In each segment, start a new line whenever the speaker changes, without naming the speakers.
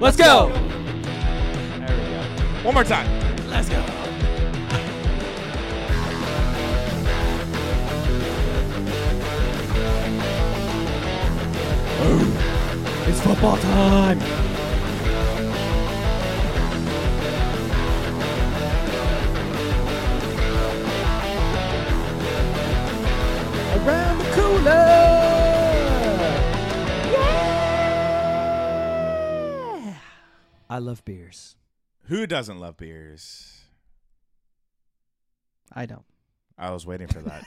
Let's go.
One more time.
Let's go. Oh, It's football time. Around the cooler. I love beers.
Who doesn't love beers?
I don't.
I was waiting for that.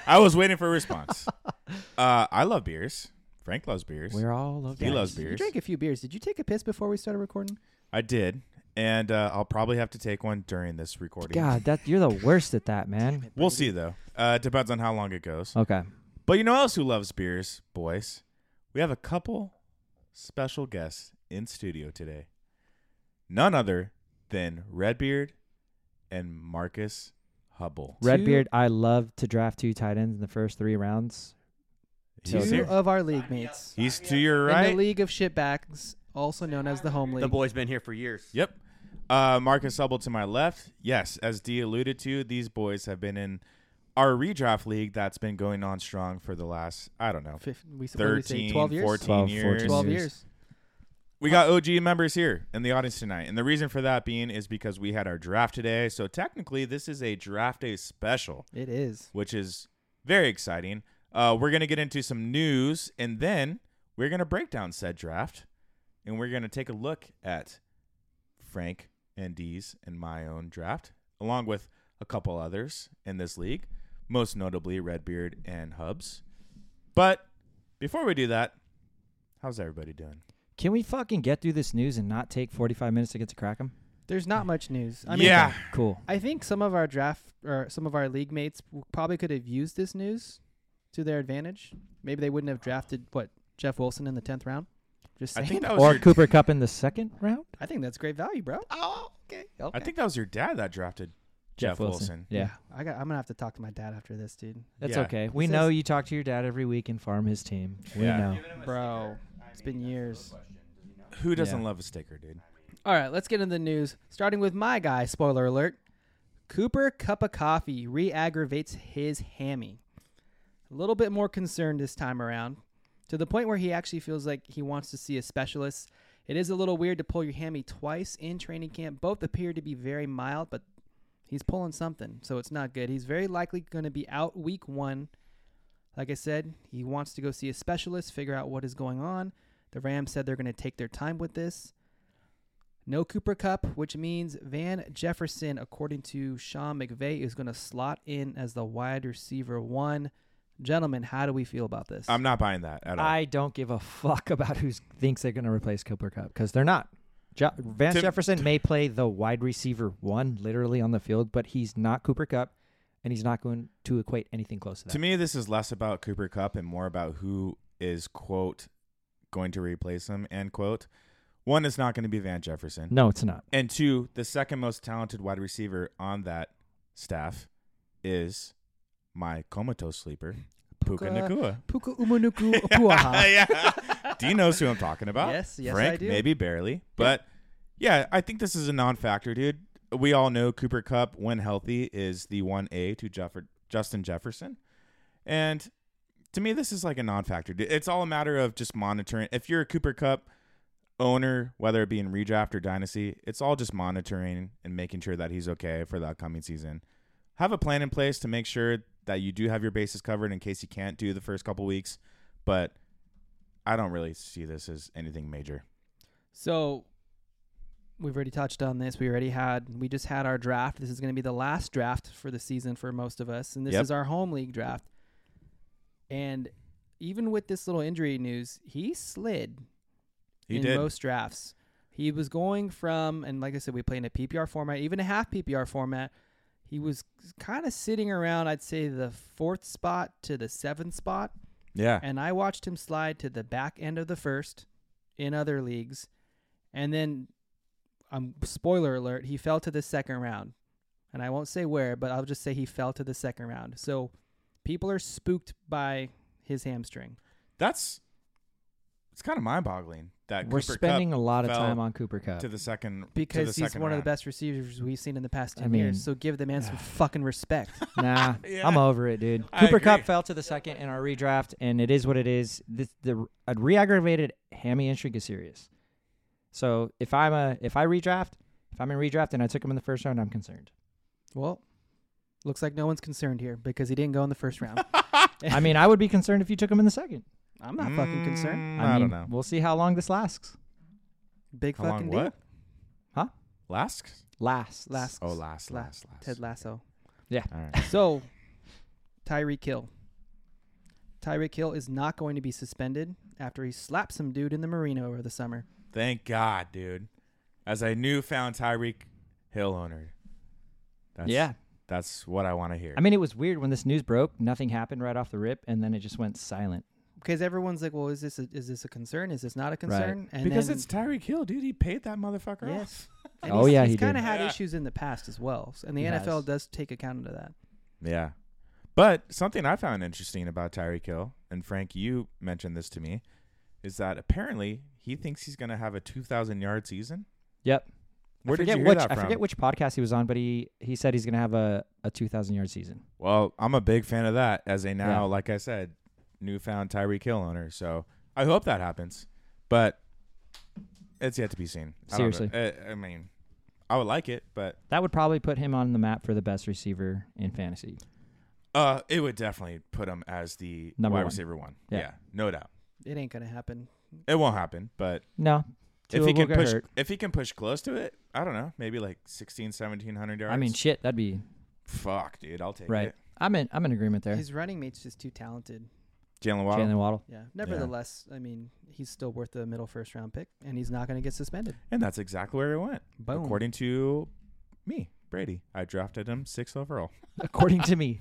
I was waiting for a response. Uh, I love beers. Frank loves beers.
We're all love
He
beers.
loves
You
beers.
drank a few beers. Did you take a piss before we started recording?
I did, and uh, I'll probably have to take one during this recording.
God, that you're the worst at that, man.
We'll see though. Uh, it depends on how long it goes.
Okay.
But you know who else who loves beers, boys? We have a couple special guests in studio today. None other than Redbeard and Marcus Hubble.
Redbeard, I love to draft two tight ends in the first three rounds.
Two
He's
uh,
here.
of our league mates
He's to your
In the
right.
League of Shitbags, also known as the Home League.
The boy's been here for years.
Yep. Uh, Marcus Hubble to my left. Yes, as D alluded to, these boys have been in our redraft league that's been going on strong for the last, I don't know,
Fif- we what do we say,
13,
12 years?
14
12,
years.
12 years.
We got OG members here in the audience tonight. And the reason for that being is because we had our draft today. So technically, this is a draft day special,
It is.
which is very exciting. Uh, we're going to get into some news and then we're going to break down said draft. And we're going to take a look at Frank and D's and my own draft, along with a couple others in this league, most notably Redbeard and Hubs. But before we do that, how's everybody doing?
Can we fucking get through this news and not take 45 minutes to get to crack 'em?
There's not much news. I mean,
Yeah.
Cool.
I think some of our draft or some of our league mates w- probably could have used this news to their advantage. Maybe they wouldn't have drafted what Jeff Wilson in the tenth round. Just
I
saying.
think that
Oh,
was
Or
your-
Cooper Cup in the second round?
I think that's great value, bro.
Ah.
Oh, okay.
I think that was your dad that drafted Jeff, Wilson.
Yeah.
I got. I'm gonna have to talk to my dad after this, dude.
That's
Yeah.
okay. We
This
know
is-
you talk to your dad every week and farm his team. We
Yeah.
know.
Bro, it's been years.
Who doesn't
Yeah.
love a sticker, dude?
All right, let's get into the news. Starting with my guy, spoiler alert. Cooper Cup of Coffee re aggravates his hammy. A little bit more concerned this time around, to the point where he actually feels like he wants to see a specialist. It is a little weird to pull your hammy twice in training camp. Both appear to be very mild, but he's pulling something, so it's not good. He's very likely going to be out week one. Like I said, he wants to go see a specialist, figure out what is going on. The Rams said they're going to take their time with this. No Cooper Cup, which means Van Jefferson, according to Sean McVay, is going to slot in as the wide receiver one. Gentlemen, how do we feel about this?
I'm not buying that at all.
I don't give a fuck about who thinks they're going to replace Cooper Cup because they're not. Jo- Vance
To-
Jefferson may play the wide receiver one literally on the field, but he's not Cooper Cup, and he's not going to equate anything close to that.
to me, this is less about Cooper Cup and more about who is quote going to replace him. End quote. One, it's not going to be Van Jefferson,
no, it's not.
and two, the second most talented wide receiver on that staff is my comatose sleeper, Puka Nakua.
Puka Umunuku Apuaha.
yeah. Do you know who I'm talking about?
Yes, yes,
Frank,
I do.
Maybe barely, but yeah, I think this is a non-factor, dude. We all know Cooper Cup, when healthy, is the one A to Jeffer- Justin Jefferson, and to me, this is like a non-factor. dude. It's all a matter of just monitoring. If you're a Cooper Cup owner, whether it be in redraft or dynasty, it's all just monitoring and making sure that he's okay for the upcoming season. Have a plan in place to make sure that you do have your bases covered in case you can't do the first couple weeks, but I don't really see this as anything major.
So we've already touched on this. We already had we just had our draft. This is going to be the last draft for the season for most of us, and this
Yep.
is our home league draft. And even with this little injury news, he slid
He
in
did.
most drafts. He was going from and like I said, we play in a PPR format, even a half PPR format. He was kind of sitting around, I'd say, the fourth spot to the seventh spot
yeah.
and I watched him slide to the back end of the first in other leagues, and then, um, spoiler alert, he fell to the second round, and I won't say where, but I'll just say he fell to the second round. So, people are spooked by his hamstring.
That's it's kind of mind-boggling that
We're
uh, Cooper
spending
Cup
a lot of
fell
time on Cooper Cup.
to the second to the
because he's
second
one of
round.
the best receivers we've seen in the past
I
10
mean-
years. So give the man some fucking respect.
nah,
Yeah.
I'm over it, dude.
I
Cooper
agree.
Cup fell to the second in our redraft, and it is what it is. This, the a re-aggravated hammy injury is serious. So if I'm a if I redraft, if I'm in redraft and I took him in the first round, I'm concerned.
Well, looks like no one's concerned here because he didn't go in the first round.
I mean, I would be concerned if you took him in the second.
I'm not fucking concerned.
Mm,
I,
I,
mean,
don't know.
We'll see how long this lasts.
Big
How long
fucking deal.
what?
Huh?
Lask?
Lasts.
Last.
Oh, last,
La-
last, last.
Ted Lasso.
All right.
So, Tyreek Hill. Tyreek Hill is not going to be suspended after he slapped some dude in the marina over the summer.
Thank God, dude. As a newfound Tyreek Hill owner. That's,
yeah.
That's what I want to hear.
I mean, it was weird when this news broke. Nothing happened right off the rip, and then it just went silent.
Because everyone's like, "Well, is this a, is this a concern? Is this not a concern?" And
because
then-
it's Tyreek Hill, dude. He paid that motherfucker
Yes.
off.
and
Oh,
he's,
yeah,
he's
he did.
kind of had
Yeah.
issues in the past as well, and the
He
NFL
has.
does take account of that.
Yeah. But something I found interesting about Tyreek Hill, and Frank, you mentioned this to me, is that apparently he thinks he's going to have a 2,000 yard season.
Yep.
Where
I
did
forget
you hear
which,
that from?
I forget which podcast he was on, but he, he said he's going to have a, a 2,000 yard season.
Well, I'm a big fan of that as a now,
Yeah.
like I said, newfound Tyreek Hill owner. So I hope that happens, but it's yet to be seen. I don't know. Eh,
Seriously.
I, I mean, I would like it, but
That would probably put him on the map for the best receiver in fantasy.
uh, it would definitely put him as the
Number
wide
one.
receiver one.
Yeah.
no doubt.
It ain't gonna happen.
It won't happen, but
No.
if
Tua
he
will
can
get
push,
hurt.
if he can push close to it, I don't know, maybe like 16, 1700 yards.
I mean, shit, that'd be
fuck, dude, I'll take
right.
it.
I'm in, I'm in agreement there.
His running mate's just too talented.
Jalen Waddle.
Jalen Waddle.
Yeah. Nevertheless, I mean, he's still worth the middle first round pick, and he's not gonna get suspended.
And that's exactly where it went.
Boom.
According to me, Brady, I drafted him sixth overall.
According to me,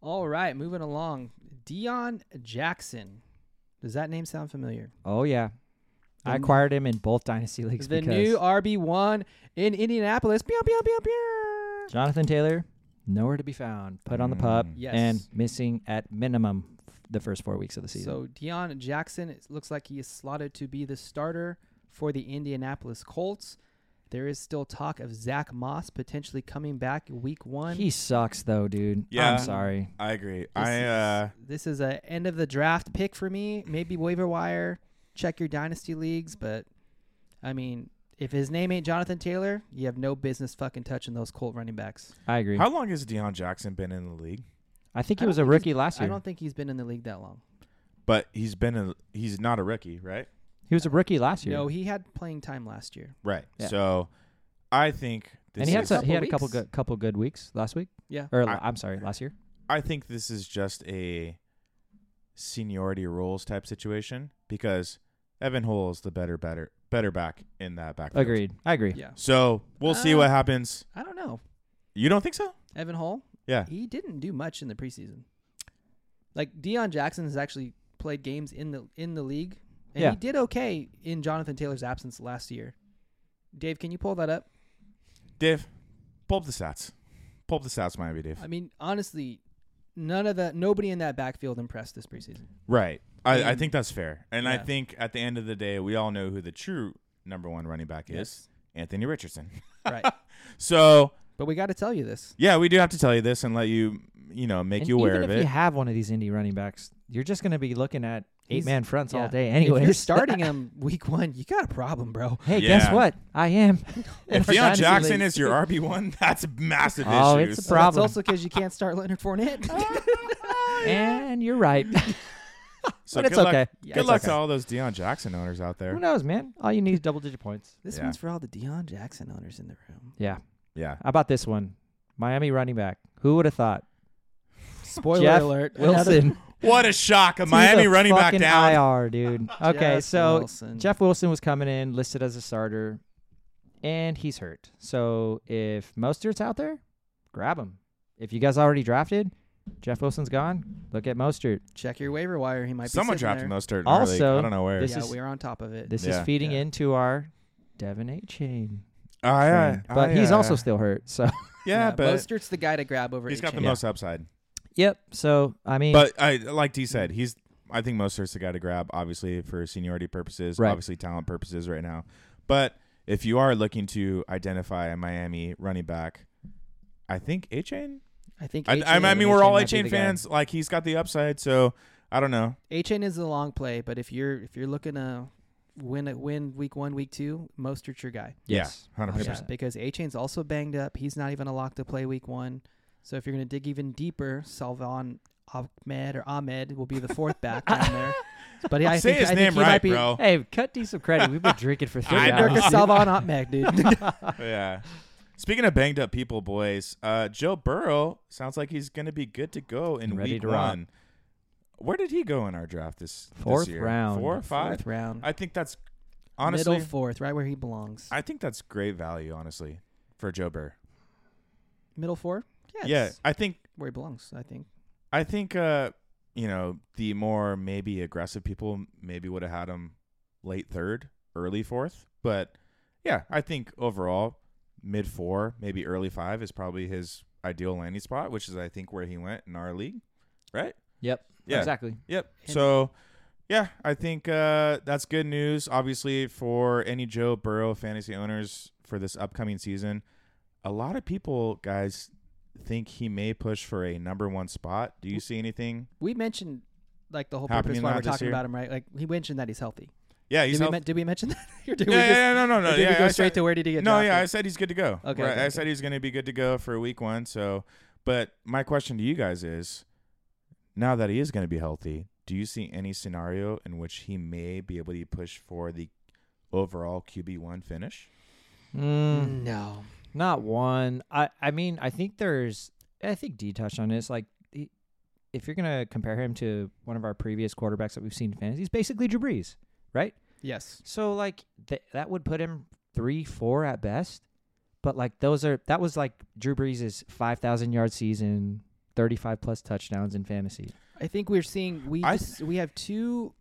All right, moving along. Dion Jackson. Does that name sound familiar?
oh yeah, I
The-
acquired him in both dynasty leagues
the
because
new RB one in Indianapolis. Pew, pew, pew, pew.
Jonathan Taylor nowhere to be found, put on the pup,
Mm.
Yes.
and missing at minimum f- the first four weeks of the season.
So Deion Jackson it looks like he is slotted to be the starter for the Indianapolis Colts. There is still talk of Zach Moss potentially coming back week one.
he sucks though, dude.
Yeah.
I'm sorry.
I agree.
This
I
is-
uh
this is a end of the draft pick for me. Maybe waiver wire. Check your dynasty leagues, but I mean, if his name ain't Jonathan Taylor, you have no business fucking touching those Colt running backs.
I agree.
How long has Deion Jackson been in the league?
I think
I
he was
don't
a
think he's-
rookie last
I
year.
don't think he's been in the league that long.
But he's been a he's not a rookie, right?
he was a rookie last year.
No, he had playing time last year.
Right.
Yeah.
So I think this
and he had
is,
a, he had a couple
Couple weeks.
good couple good weeks last week.
Yeah.
Or
I-
I, am sorry, last year.
I think this is just a seniority rules type situation because Evan Hole is the better better better back in that backfield.
Agreed. I agree.
Yeah.
So we'll see
Uh,
what happens.
I don't know.
You don't think so?
Evan Hall,
Yeah.
he didn't do much in the preseason. Like Deion Jackson has actually played games in the in the league, and
Yeah.
he did okay in Jonathan Taylor's absence last year. Dave, can you pull that up?
Dave, pull up the stats. Pull up the stats, Miami Dave.
I mean, honestly, none of that. Nobody in that backfield impressed this preseason.
Right. I, I
And-
think that's fair. And I
Yeah.
think at the end of the day, we all know who the true number one running back is Anthony Richardson.
right.
So,
But we got to tell you this.
yeah, we do have to tell you this and let you, you know, make
And
you aware
even
of
if
it.
you have one of these indie running backs, you're just going to be looking at eight
He's-
man fronts
yeah.
all day
If
anyway.
you're starting him week one, you got a problem, bro.
Hey,
Yeah.
guess what? I am.
if
We're
Deion
dynasty
Jackson
leagues.
is your RB1, that's massive
Oh, it's
issues.
a
That's
Problem.
also because you can't start Leonard Fournette.
and you're right.
so
but it's
good luck-
okay.
Yeah,
good
it's
luck
okay.
to all those Deion Jackson owners out
Who
there.
knows, man? All you need is double digit points.
This
Yeah.
one's for all the Deion Jackson owners in the room.
Yeah.
Yeah.
How about this one? Miami running back. Who would have thought?
Spoiler
Jeff
alert. Another-
Wilson.
What a shock. A
to
Miami
the
running back
fucking
down.
IR, dude. Okay,
Jeff
so
Wilson.
Jeff Wilson was coming in listed as a starter, and he's hurt. So if Mostert's out there, grab him. If you guys already drafted, Jeff Wilson's gone. Look at Mostert.
Check your waiver wire. He might
Someone
be sitting
dropped
there.
Mostert. in our
Also,
league. I don't know where.
this-
yeah,
is-
we're on top of it.
This
Yeah.
is feeding
Yeah.
into our Devin A. chain.
I, uh,
train. but
I,
he's
uh,
also still hurt. So
Yeah, but
Mostert's the guy to grab over.
he's got the
Achane.
most upside.
yep. So I mean,
But I like D said, he's I think Mostert's the guy to grab, obviously for seniority purposes,
Right.
obviously talent purposes right now. But if you are looking to identify a Miami running back, I think A Chain.
I think.
I, I, I
A-Chain-
mean, we're all A
might be
Chain
the guy.
fans. Like he's got the upside, so I don't know.
A chain is the long play, but if you're if you're looking to win it, win week one, week two, Mostert's your guy.
Yes,
Yeah, 100%.
Yeah, because A chain's also banged up. He's not even a lock to play week one. So if you're gonna dig even deeper, Salvan Ahmed or Ahmed will be the fourth back down there. But yeah, I
Say
think,
his
I think
name
he might
right,
be,
bro.
Hey, cut D some credit. We've been drinking for three
I know.
hours.
Dirk
dude.
Salvan Ahmed, dude.
yeah. Speaking of banged up people, boys, uh, Joe Burrow sounds like he's going to be good to go in
Ready
week
to rock.
one. Where did he go in our draft this this
Fourth
year?
round.
Four or five?
Fourth round,
I think that's honestly.
middle fourth, right where he belongs.
I think that's great value, honestly, for Joe Burrow.
middle four, yeah,
Yeah,
it's
I think
where he belongs. I think.
I think uh, you know the more maybe aggressive people maybe would have had him late third, early fourth, but yeah, I think overall mid four, maybe early five is probably his ideal landing spot, which is I think where he went in our league, right?
Yep.
Yeah.
Exactly.
Yep.
And-
so, yeah, I think uh, that's good news, obviously, for any Joe Burrow fantasy owners for this upcoming season. A lot of people, guys, think he may push for a number one spot. Do you see anything?
we mentioned like the whole
Happening
purpose why
now
we're
this
talking
year?
about him, right? Like he mentioned that he's healthy.
Yeah, he's
did, we,
health-
men- did we mention that? or did
yeah,
we
yeah,
just,
yeah, no, no,
or
no.
did
yeah,
we go
I
straight
said-
to where did he get
no,
drafted?
yeah, I said he's good to go.
Okay,
Right,
okay,
I
okay.
said he's going to be good to go for week one. So, but my question to you guys is, now that he is going to be healthy, do you see any scenario in which he may be able to push for the overall QB one finish?
Mm.
No.
Not one. I I mean, I think there's. I think D touched on this. Like, he- if you're gonna compare him to one of our previous quarterbacks that we've seen in fantasy, he's basically Drew Brees, right?
Yes.
So like th- that would put him three, four at best. But like those are that was like Drew Brees' five thousand yard season, thirty five plus touchdowns in fantasy.
I think we're seeing we
I-
just, we have two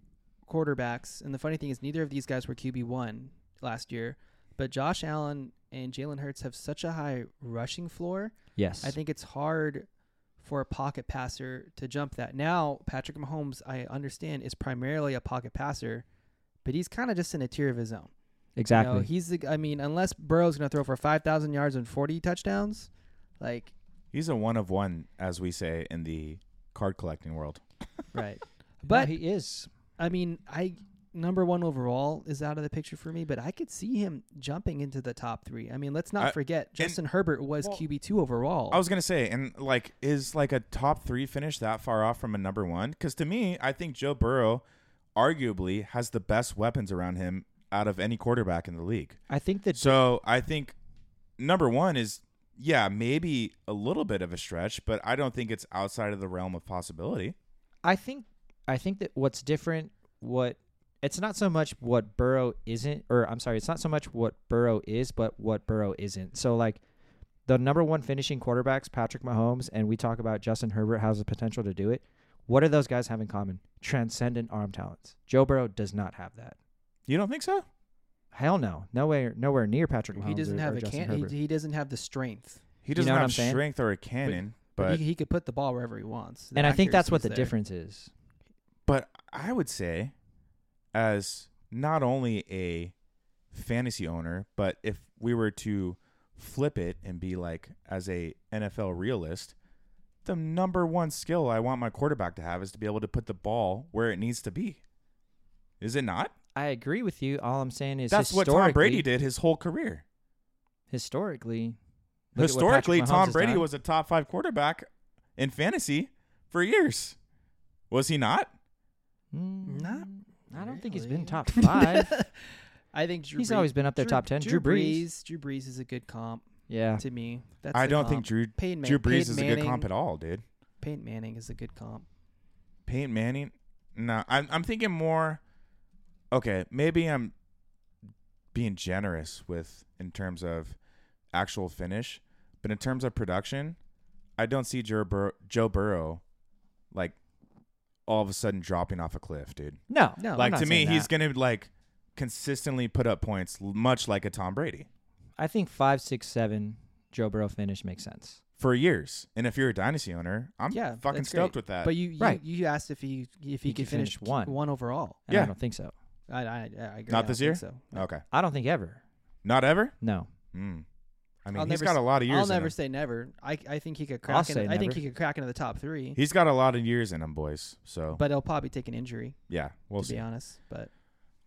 quarterbacks, and the funny thing is neither of these guys were QB one last year, but Josh Allen and Jalen Hurts have such a high rushing floor.
Yes,
I think it's hard for a pocket passer to jump that. Now Patrick Mahomes, I understand, is primarily a pocket passer, but he's kind of just in a tier of his own. You know,
exactly.
he's the. I mean, unless Burrow's going to throw for five thousand yards and forty touchdowns, like
He's a one of one, as we say in the card collecting world.
right.
No,
but
he is.
I mean, I number one overall is out of the picture for me, but I could see him jumping into the top three. I mean, let's not
I-
forget Justin Herbert was QB two overall.
I was gonna say, and like, is like a top three finish that far off from a number one? Because to me, I think Joe Burrow, arguably, has the best weapons around him out of any quarterback in the league.
I think that
So I think number one is yeah, maybe a little bit of a stretch, but I don't think it's outside of the realm of possibility.
I think I think that what's different what it's not so much what Burrow isn't or I'm sorry, it's not so much what Burrow is, but what Burrow isn't. So like the number one finishing quarterbacks, Patrick Mahomes, and we talk about Justin Herbert has the potential to do it. What do those guys have in common? Transcendent arm talents. Joe Burrow does not have that.
You don't think so?
Hell no. Nowhere nowhere near Patrick Mahomes.
he doesn't
or-
have
or
a
Justin
can. He,
Herbert.
he doesn't have the strength,
He doesn't
know what I'm
have
saying?
strength or a cannon,
but
but
he, he could put the ball wherever he wants. The
and I think that's
accuracy
what
is
the
there.
difference is.
but I would say, as not only a fantasy owner, but if we were to flip it and be like, as a NFL realist, the number one skill I want my quarterback to have is to be able to put the ball where it needs to be. Is it not?
I agree with you. All I'm saying is
That's what Tom Brady
historically-
did his whole career.
Historically, look at what Patrick
Historically,
Mahomes
Tom
has
Brady
done.
was a top five quarterback in fantasy for years. Was he not?
Not
Mm, I don't think he's been
really.
top five.
I think Drew
He's
Brees-
always been up there top 10. Drew Brees.
Drew Brees is a good comp
yeah.
to me. That's
I
the
don't think
comp.
Drew
Peyton Man-
Drew Brees
Peyton
is a good
Manning-
comp at all, dude.
Peyton Manning is a good comp.
Peyton Manning. No, I'm I'm thinking more. Okay, maybe I'm being generous with in terms of actual finish, but in terms of production, I don't see Joe Burrow, Joe Burrow like all of a sudden dropping off a cliff, dude.
No.
No,
I'm
like
not
to me,
saying
he's
that.
gonna like consistently put up points, l- much like a Tom Brady.
I think five, six, seven. Joe Burrow finish makes sense.
for years. And if you're a dynasty owner, I'm
Yeah,
fucking
that's great.
stoked with that.
But you, you,
Uh, Right.
you asked if he if he,
He
could, finish, one one overall.
And
Yeah.
I don't think so.
I I, I agree.
Not
I don't
this
think
year?
So
okay,
I don't think ever.
not ever.
No.
Hmm. I mean,
I'll
he's
never
got
s-
a lot of years.
I'll
in
never
him.
say never. I I think he could
I'll
crack.
say
Into, I think
never.
he could crack into the top three,
He's got a lot of years in him, boys. So,
but he'll probably take an injury.
yeah, we'll
to
see.
be honest, but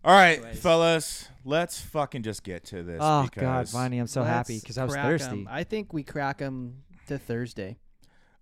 All right,
Anyways.
fellas, let's fucking just get to this.
Oh God,
because,
Viney, I'm so
let's
happy because I was
crack 'em.
thirsty.
I think we crack him to Thursday.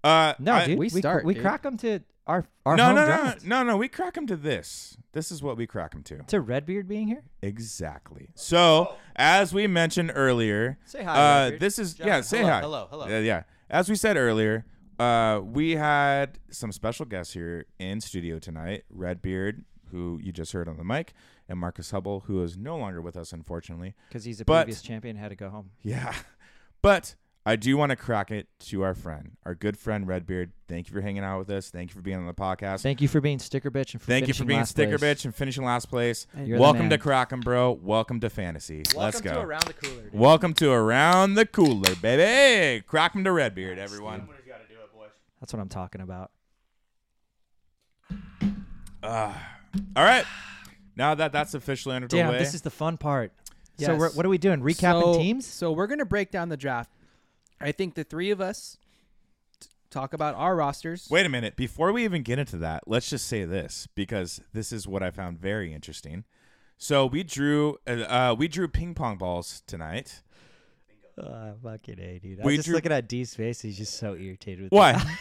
Uh,
No,
I-
dude,
We
we, cr-
start,
We
dude.
crack them to our our
no,
home
no, no,
draft.
no, no. We crack him to this. This is what we crack him to.
To Redbeard being here.
Exactly. So, as we mentioned earlier,
Say hi,
Uh,
Richard.
this is
John,
yeah. Say
hello,
hi.
hello, hello.
Yeah, yeah. As we said earlier, uh, we had some special guests here in studio tonight. Redbeard, who you just heard on the mic, and Marcus Hubble, who is no longer with us, unfortunately.
Because he's a
But-
previous champion, had to go home.
Yeah. But I do want to crack it to our friend, our good friend Redbeard. Thank you for hanging out with us. Thank you for being on the podcast.
Thank you for being sticker bitch and for
Thank you for
finishing
being
last
sticker
place.
bitch and finishing last place.
You're the
Welcome to
man.
Kraken, bro. Welcome to fantasy.
Welcome
Let's go.
to around the cooler. Dude.
Welcome to Around the Cooler, baby. Kraken to Redbeard, everyone.
Someone's got to do it, boys.
That's what I'm talking about.
All right. Now that that's officially underway,
Damn, this is the fun part. So
Yes.
we're, what are we doing? Recapping
So-
teams?
So we're gonna break down the draft. I think the three of us t- talk about our rosters.
wait a minute. Before we even get into that, let's just say this because this is what I found very interesting. So we drew, uh, uh, we drew ping pong balls tonight.
Oh, fucking A, dude.
We drew-
at D's face. He's just so irritated with
Why?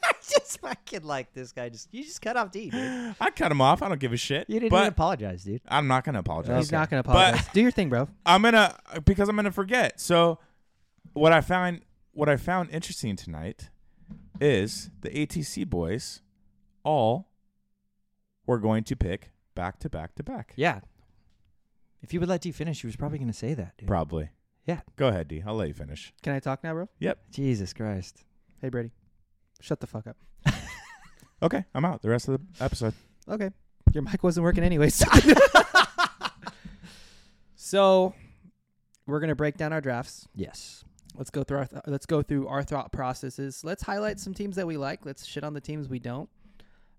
I just fucking like this guy. Just You just cut off D, dude.
I cut him off. I don't give a shit.
You didn't
but
even apologize, dude.
I'm not gonna apologize.
He's not gonna
But-
apologize. Do your thing, bro.
I'm gonna because I'm gonna forget. So what I found what I found interesting tonight is the ATC boys all were going to pick back to back to back.
Yeah. If you would let D finish, you was probably going to say that, dude.
Probably.
Yeah.
Go ahead, D. I'll let you finish.
Can I talk now, bro?
Jesus Christ.
Hey, Brady, shut the fuck up.
Okay, I'm out. The rest of the episode.
Okay. Your mic wasn't working anyways. so we're gonna break down our drafts.
Yes.
Let's go through our th- let's go through our thought processes. Let's highlight some teams that we like. Let's shit on the teams we don't.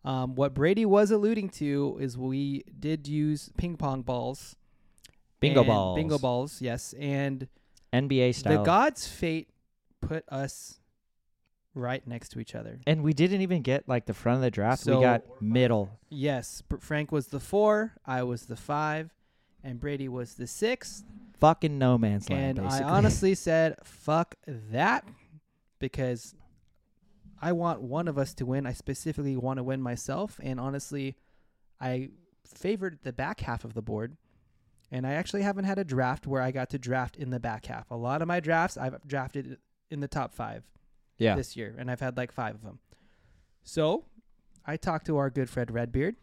Um, what Brady was alluding to is we did use ping pong balls,
Bingo
and-
balls.
bingo balls. Yes, and
NBA style.
the gods' fate put us right next to each other.
and we didn't even get like the front of the draft.
So-
we got middle.
Yes, Br- Frank was the four, I was the five, and Brady was the sixth.
Fucking no man's land,
and
basically.
I honestly said, "Fuck that," because I want one of us to win. I specifically want to win myself, and honestly, I favored the back half of the board. And I actually haven't had a draft where I got to draft in the back half. A lot of my drafts I've drafted in the top five
yeah.
this year, and I've had like five of them. So I talked to our good friend Redbeard,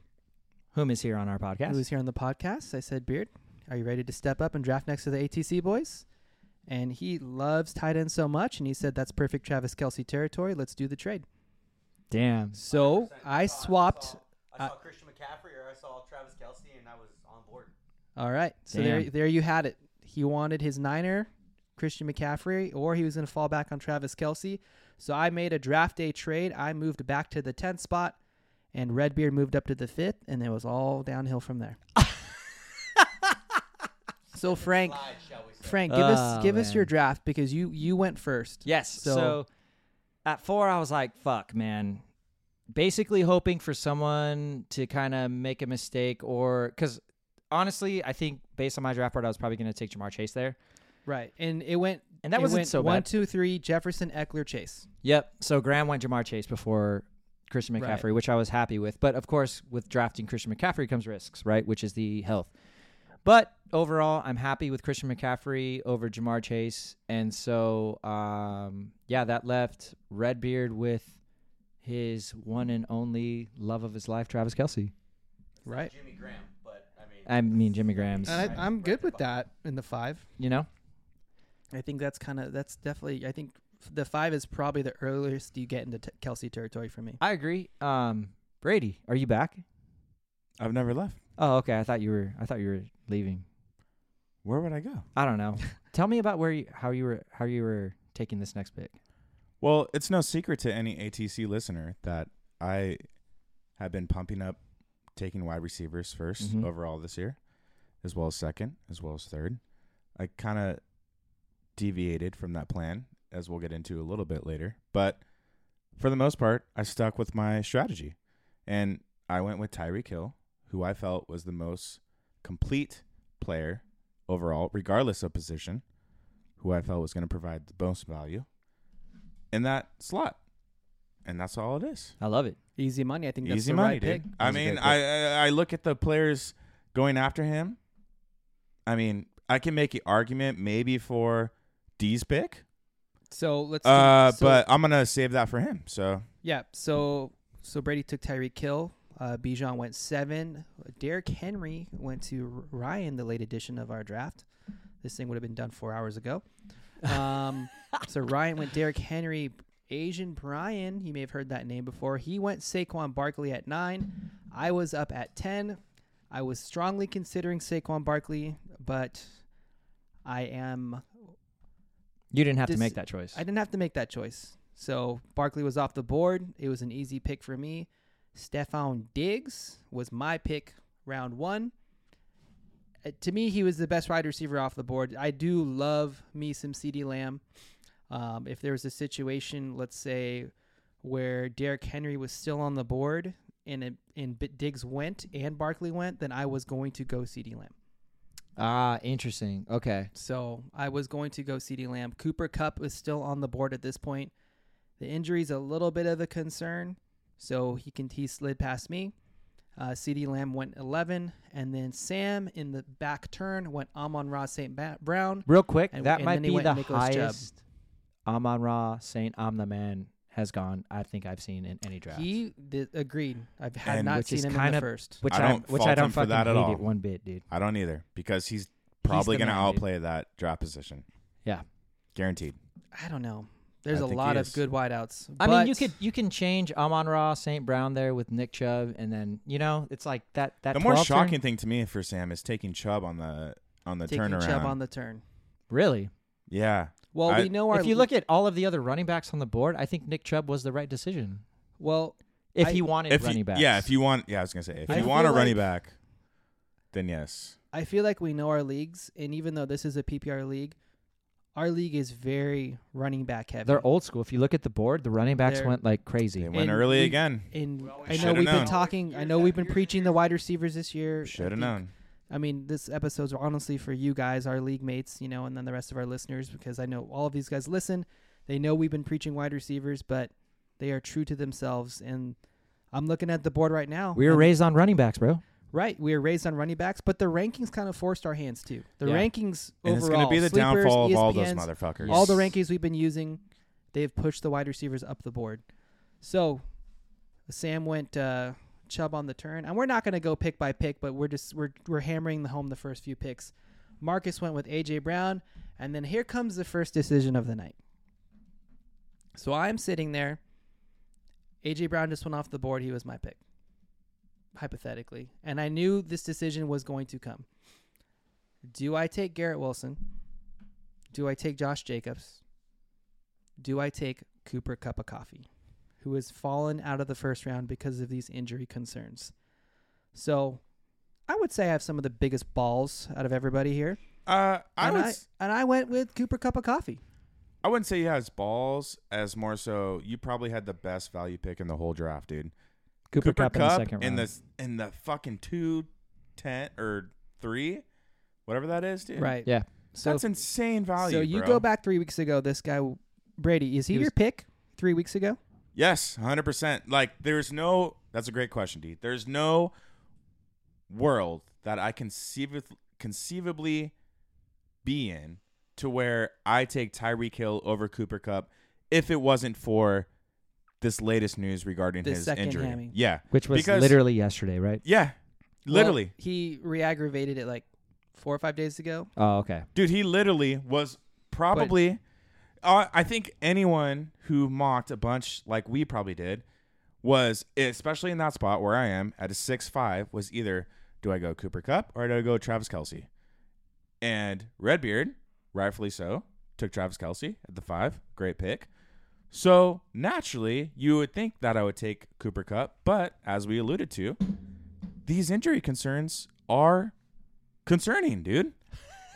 Whom is here on our podcast?
who was here on the podcast. I said, Beard, are you ready to step up and draft next to the ATC boys? And he loves tight end so much, and he said, that's perfect Travis Kelsey territory. Let's do the trade.
Damn.
So
100%
Oh, I
saw-
swapped.
saw- I
uh,
saw Christian McCaffrey or I saw Travis Kelsey, and I was on board.
All right. So there,
Damn.
there you had it. He wanted his Niner, Christian McCaffrey, or he was going to fall back on Travis Kelsey. So I made a draft day trade. I moved back to the 10th spot, and Redbeard moved up to the 5th, and it was all downhill from there. so, Frank,
Slide, shall we say?
Frank, give us
Oh,
give us your
man.
draft because you you went first.
Yes.
So-
So, at four, I was like, fuck, man. Basically, hoping for someone to kind of make a mistake or because honestly, I think based on my draft board, I was probably going to take Jamar Chase there.
Right, and it went
And that
it
wasn't
went
so
One,
bad.
two, three. Jefferson, Eckler, Chase.
Yep. So Graham went Jamar Chase before Christian
Right.
McCaffrey, which I was happy with. But of course, with drafting Christian McCaffrey comes risks, right? Which is the health. But overall, I'm happy with Christian McCaffrey over Jamar Chase. And so, um, yeah, that left Redbeard with his one and only love of his life, Travis Kelsey.
It's not
Right.
Jimmy Graham, but I mean,
I mean, Jimmy Graham's,
And I, I'm good with that in the five.
you know?
I think that's kind of that's definitely. I think the five is probably the earliest you get into t- Kelsey territory for me.
I agree. Um, Brady, are you back?
I've never left.
Oh, okay. I thought you were, I thought you were leaving.
Where would I go?
I don't know. Tell me about where you, how you were how you were taking this next pick.
Well, it's no secret to any ATC listener that I have been pumping up taking wide receivers 1st
Mhm.
overall this year, as well as second, as well as third. I kind of deviated from that plan, as we'll get into a little bit later. But for the most part, I stuck with my strategy. And I went with Tyreek Hill, who I felt was the most complete player overall, regardless of position, who I felt was going to provide the most value in that slot. And that's all it is.
I love it.
Easy money. I think that's
Easy
the
money,
right
dude.
pick.
I
That's a
mean,
great
I, I I look at the players going after him. I mean, I can make an argument maybe for D's pick,
So let's. do-
uh,
so-
but I'm gonna save that for him. So
yeah. So so Brady took Tyreek Kill. Uh, Bijan went seven. Derrick Henry went to R- Ryan, the late edition of our draft. This thing would have been done four hours ago. Um, so Ryan went Derrick Henry. Asian Brian, you may have heard that name before. He went Saquon Barkley at nine. I was up at ten. I was strongly considering Saquon Barkley, but I am
You didn't have
This-
to make that choice.
I didn't have to make that choice. So Barkley was off the board. It was an easy pick for me. Stefan Diggs was my pick round one. Uh, to me, he was the best wide receiver off the board. I do love me some CD Lamb. Um, if there was a situation, let's say, where Derrick Henry was still on the board and it, and B- Diggs went and Barkley went, then I was going to go CD Lamb.
ah, interesting. Okay.
So I was going to go CD Lamb. Cooper Cup is still on the board at this point. The injury's a little bit of a concern, so he can he slid past me. Uh, CD Lamb went 11, and then Sam in the back turn went Amon Ross St. Ba- Brown.
Real quick,
And-
that
and
might
then he
be
went
the
Nicholas Chubb.
highest Amon Ra Saint I'm the man has gone. I think I've seen in any draft.
He did, agreed. I've had
And-
not
Which
seen
is
him in
kinda
the first.
which
I
I,
don't
which
fault
I don't
him for
fucking
that at
hate
all.
it one bit, dude.
I don't either because he's probably
the
gonna
man, dude.
outplay that draft position.
Yeah.
guaranteed.
I don't know. There's
I
a
think he
lot of
is.
good wideouts.
I mean, you
but
could you can change Amon Ra Saint Brown there with Nick Chubb, and then you know it's like that that.
the more
12 turn-
shocking thing to me for Sam is taking Chubb on the on the
taking
turnaround.
Chubb on the turn.
really.
yeah,
Well,
I-
we know our
If you look at all of the other running backs on the board, I think Nick Chubb was the right decision
well,
if
I-
he wanted
if
running
you,
backs.
yeah, if you want, yeah, I was gonna say if
I
you want a
feel
running
like-
back, then yes,
I feel like we know our leagues, and even though this is a PPR league, our league is very running back heavy.
they're old school. If you look at the board, the running backs
They're-
went like crazy.
they went
And
early
we-
again.
and
We always
I know
Shoulda
we've
known.
been talking. I know we've been preaching the wide receivers this year. I
Should have
think-
known.
I mean, this episode's honestly for you guys, our league mates, you know, and then the rest of our listeners, because I know all of these guys listen. They know we've been preaching wide receivers, but they are true to themselves. And I'm looking at the board right now.
We were
and-
raised on running backs, bro.
Right, we were raised on running backs, but the rankings kind of forced our hands too. The
Yeah.
rankings
And
overall,
it's gonna be the
sleepers, E
downfall of all those
ESPNs,
motherfuckers.
all the rankings we've been using, they've pushed the wide receivers up the board. So Sam went uh, Chubb on the turn, and we're not going to go pick by pick, but we're just we're we're hammering the home the first few picks. Marcus went with AJ Brown, and then here comes the first decision of the night. So I'm sitting there. AJ Brown just went off the board. He was my pick, hypothetically, and I knew this decision was going to come. Do I take Garrett Wilson? Do I take Josh Jacobs? Do I take Cooper Cup of Coffee, who has fallen out of the first round because of these injury concerns? So I would say I have some of the biggest balls out of everybody here.
Uh, I
and,
would.
I,
s-
and I went with Cooper Cup of Coffee.
I wouldn't say he has balls, as more so you probably had the best value pick in the whole draft, dude.
Cooper, Cup, in the
Kupp
second
in
round.
the s- in the fucking two, ten or three, whatever that is, dude.
Right.
yeah,
So,
That's insane value.
so you
bro.
go back three weeks ago. This guy, Brady, is he,
He was-
your pick three weeks ago?
Yes, hundred percent. Like there's no. That's a great question, D. There's no world that I conceive conceivably be in to where I take Tyreek Hill over Cooper Cup if it wasn't for this latest news regarding
The
his
second
injury.
hammy.
Yeah,
which was
because-
literally yesterday, right?
yeah, literally,
Well, he re aggravated it like four or five days ago.
Oh, okay.
dude. He literally was probably. uh, I think anyone who mocked a bunch like we probably did was especially in that spot where I am at a six five was either do I go Cooper Cup or do I go Travis Kelsey? And Redbeard, rightfully so, took Travis Kelsey at the five. Great pick. So naturally, you would think that I would take Cooper Cup, but as we alluded to, these injury concerns are concerning, dude.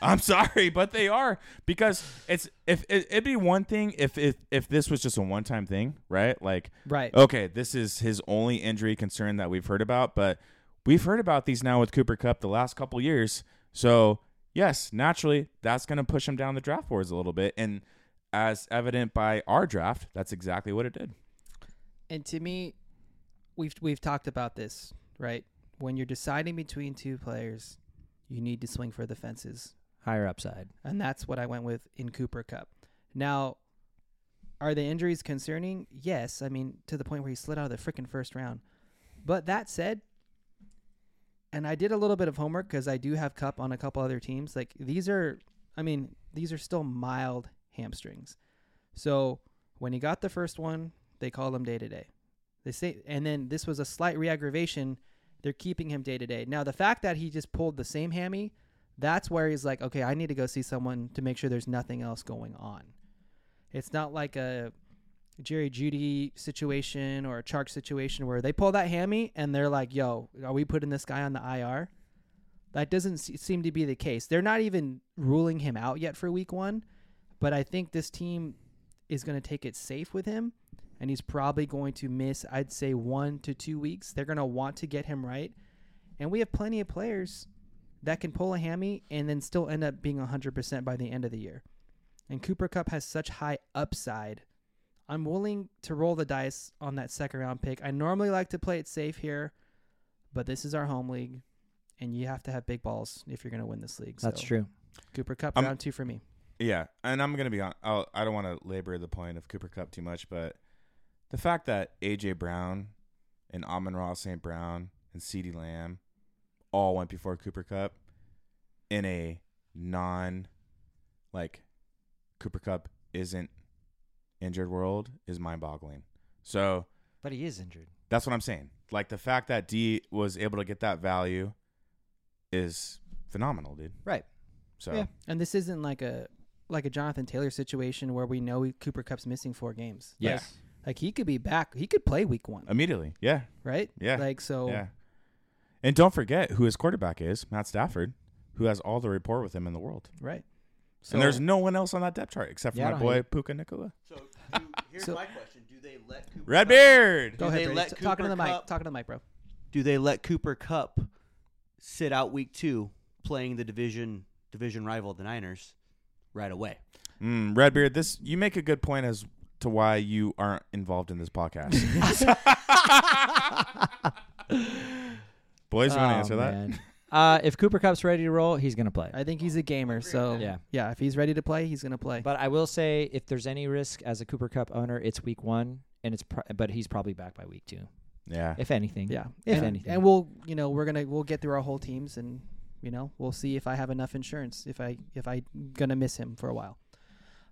I'm sorry, but they are because it's if it, it'd be one thing if if if this was just a one time thing, right? Like
Right.
okay, this is his only injury concern that we've heard about, but we've heard about these now with Cooper Cup the last couple years. So, yes, naturally, that's going to push him down the draft boards a little bit. And as evident by our draft, that's exactly what it did.
And to me, we've we've talked about this, right? When you're deciding between two players, you need to swing for the fences,
Higher upside.
and that's what I went with in Cooper Cup. Now, are the injuries concerning? Yes, I mean to the point where he slid out of the freaking first round. But that said, and I did a little bit of homework because I do have Cup on a couple other teams. Like these are, I mean, these are still mild hamstrings. So when he got the first one, they call him day to day. They say, and then this was a slight reaggravation. They're keeping him day to day. Now the fact that he just pulled the same hammy, that's where he's like, okay, I need to go see someone to make sure there's nothing else going on. It's not like a Jerry Judy situation or a Chark situation where they pull that hammy and they're like, yo, are we putting this guy on the IR? That doesn't se- seem to be the case. They're not even ruling him out yet for week one, but I think this team is going to take it safe with him and he's probably going to miss, I'd say, one to two weeks. They're going to want to get him right. And we have plenty of players that can pull a hammy and then still end up being 100% by the end of the year. And Cooper Cup has such high upside. I'm willing to roll the dice on that second round pick. I normally like to play it safe here, but this is our home league, and you have to have big balls if you're going to win this league.
That's
So,
true.
Cooper Cup,
I'm-
round two for me.
Yeah, and I'm gonna be on. I'll, I don't want to labor the point of Cooper Cup too much, but the fact that AJ Brown and Amon Ross St. Brown and Ceedee Lamb all went before Cooper Cup in a non like Cooper Cup isn't injured world is mind boggling. So
But he is injured.
that's what I'm saying. Like the fact that D was able to get that value is phenomenal, dude.
Right.
So
Yeah.
And this isn't like a like a Jonathan Taylor situation where we know Cooper Cup's missing four games.
Yeah.
Like, like he could be back. He could play week one,
immediately, yeah.
right?
Yeah.
Like so.
Yeah. And don't forget who his quarterback is, Matt Stafford, who has all the rapport with him in the world.
Right. So
and there's no one else on that depth chart except for
Yeah, I
my
don't
boy
hate
Puka Nakua.
So do, here's
So-
my question: Do they let Cooper Cup-
Redbeard.
Go
Do
ahead.
they
Brady.
let
T- talking to the
Cooper
mic.
Kupp-
Talking to the mic, bro.
Do they let Cooper Cup sit out week two, playing the division division rival, the Niners, right away?
Mm, Redbeard, this you make a good point as to why you aren't involved in this podcast. Boys, you
Oh,
want to answer that?
uh, if Cooper Cup's ready to roll, he's gonna play.
I think he's a gamer, so
Yeah.
yeah. If he's ready to play, he's gonna play.
But I will say, if there's any risk as a Cooper Cup owner, it's week one, and it's pro- but he's probably back by week two,
Yeah.
if anything.
yeah,
If
and,
anything.
and we'll you know we're gonna we'll get through our whole teams and you know we'll see if I have enough insurance if I if I gonna miss him for a while.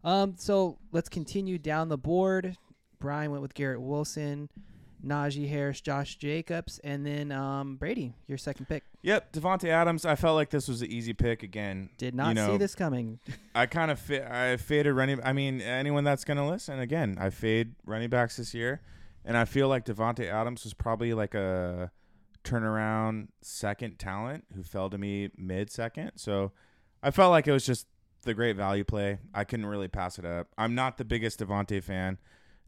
Um, so let's continue down the board. Brian went with Garrett Wilson, Najee Harris, Josh Jacobs, and then um, Brady, your second pick.
Yep, Devonte Adams. I felt like this was an easy pick again.
Did not
you know,
see this coming.
I kind of fa- I faded running. I mean, anyone that's gonna listen again, I fade running backs this year, and I feel like Devonte Adams was probably like a turnaround second talent who fell to me mid second. So I felt like it was just the great value play. I couldn't really pass it up. I'm not the biggest Devonte fan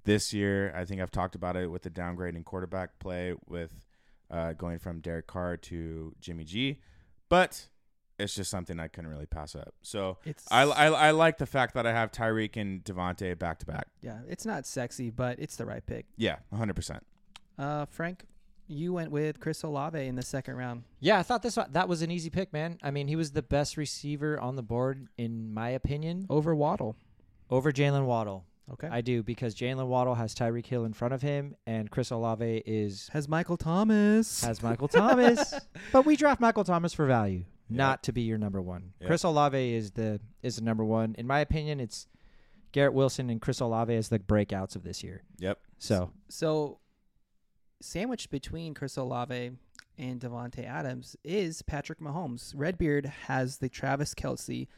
this year. I think I've talked about it with the downgrade in quarterback play with uh, going from Derek Carr to Jimmy G, but it's just something I couldn't really pass up. So.
It's
I, I, I like the fact that I have Tyreek and Devontae back to back.
yeah, it's not sexy, but it's the right pick.
Yeah, 100%.
Uh, Frank, you went with Chris Olave in the second round.
Yeah, I thought this wa- that was an easy pick, man. I mean, he was the best receiver on the board in my opinion,
over Waddle.
over Jalen Waddle.
Okay.
I do because Jalen Waddle has Tyreek Hill in front of him, and Chris Olave is
has Michael Thomas.
has Michael Thomas. But we draft Michael Thomas for value,
Yeah.
not to be your number one.
Yeah.
Chris Olave is the is the number one in my opinion. It's Garrett Wilson and Chris Olave as the breakouts of this year.
Yep.
So
so, sandwiched between Chris Olave and Devonte Adams is Patrick Mahomes. Redbeard has the Travis Kelsey,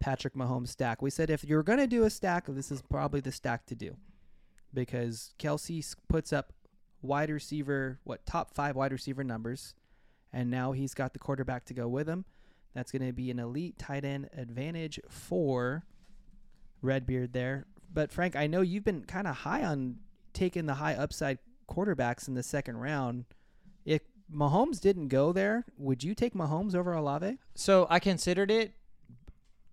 Patrick Mahomes stack. We said if you're going to do a stack, this is probably the stack to do. because Kelsey s- puts up wide receiver, what top five wide receiver numbers, and now he's got the quarterback to go with him. That's going to be an elite tight end advantage for Redbeard there. But Frank, I know you've been kind of high on taking the high upside quarterbacks in the second round. If Mahomes didn't go there, would you take Mahomes over Olave?
So I considered it,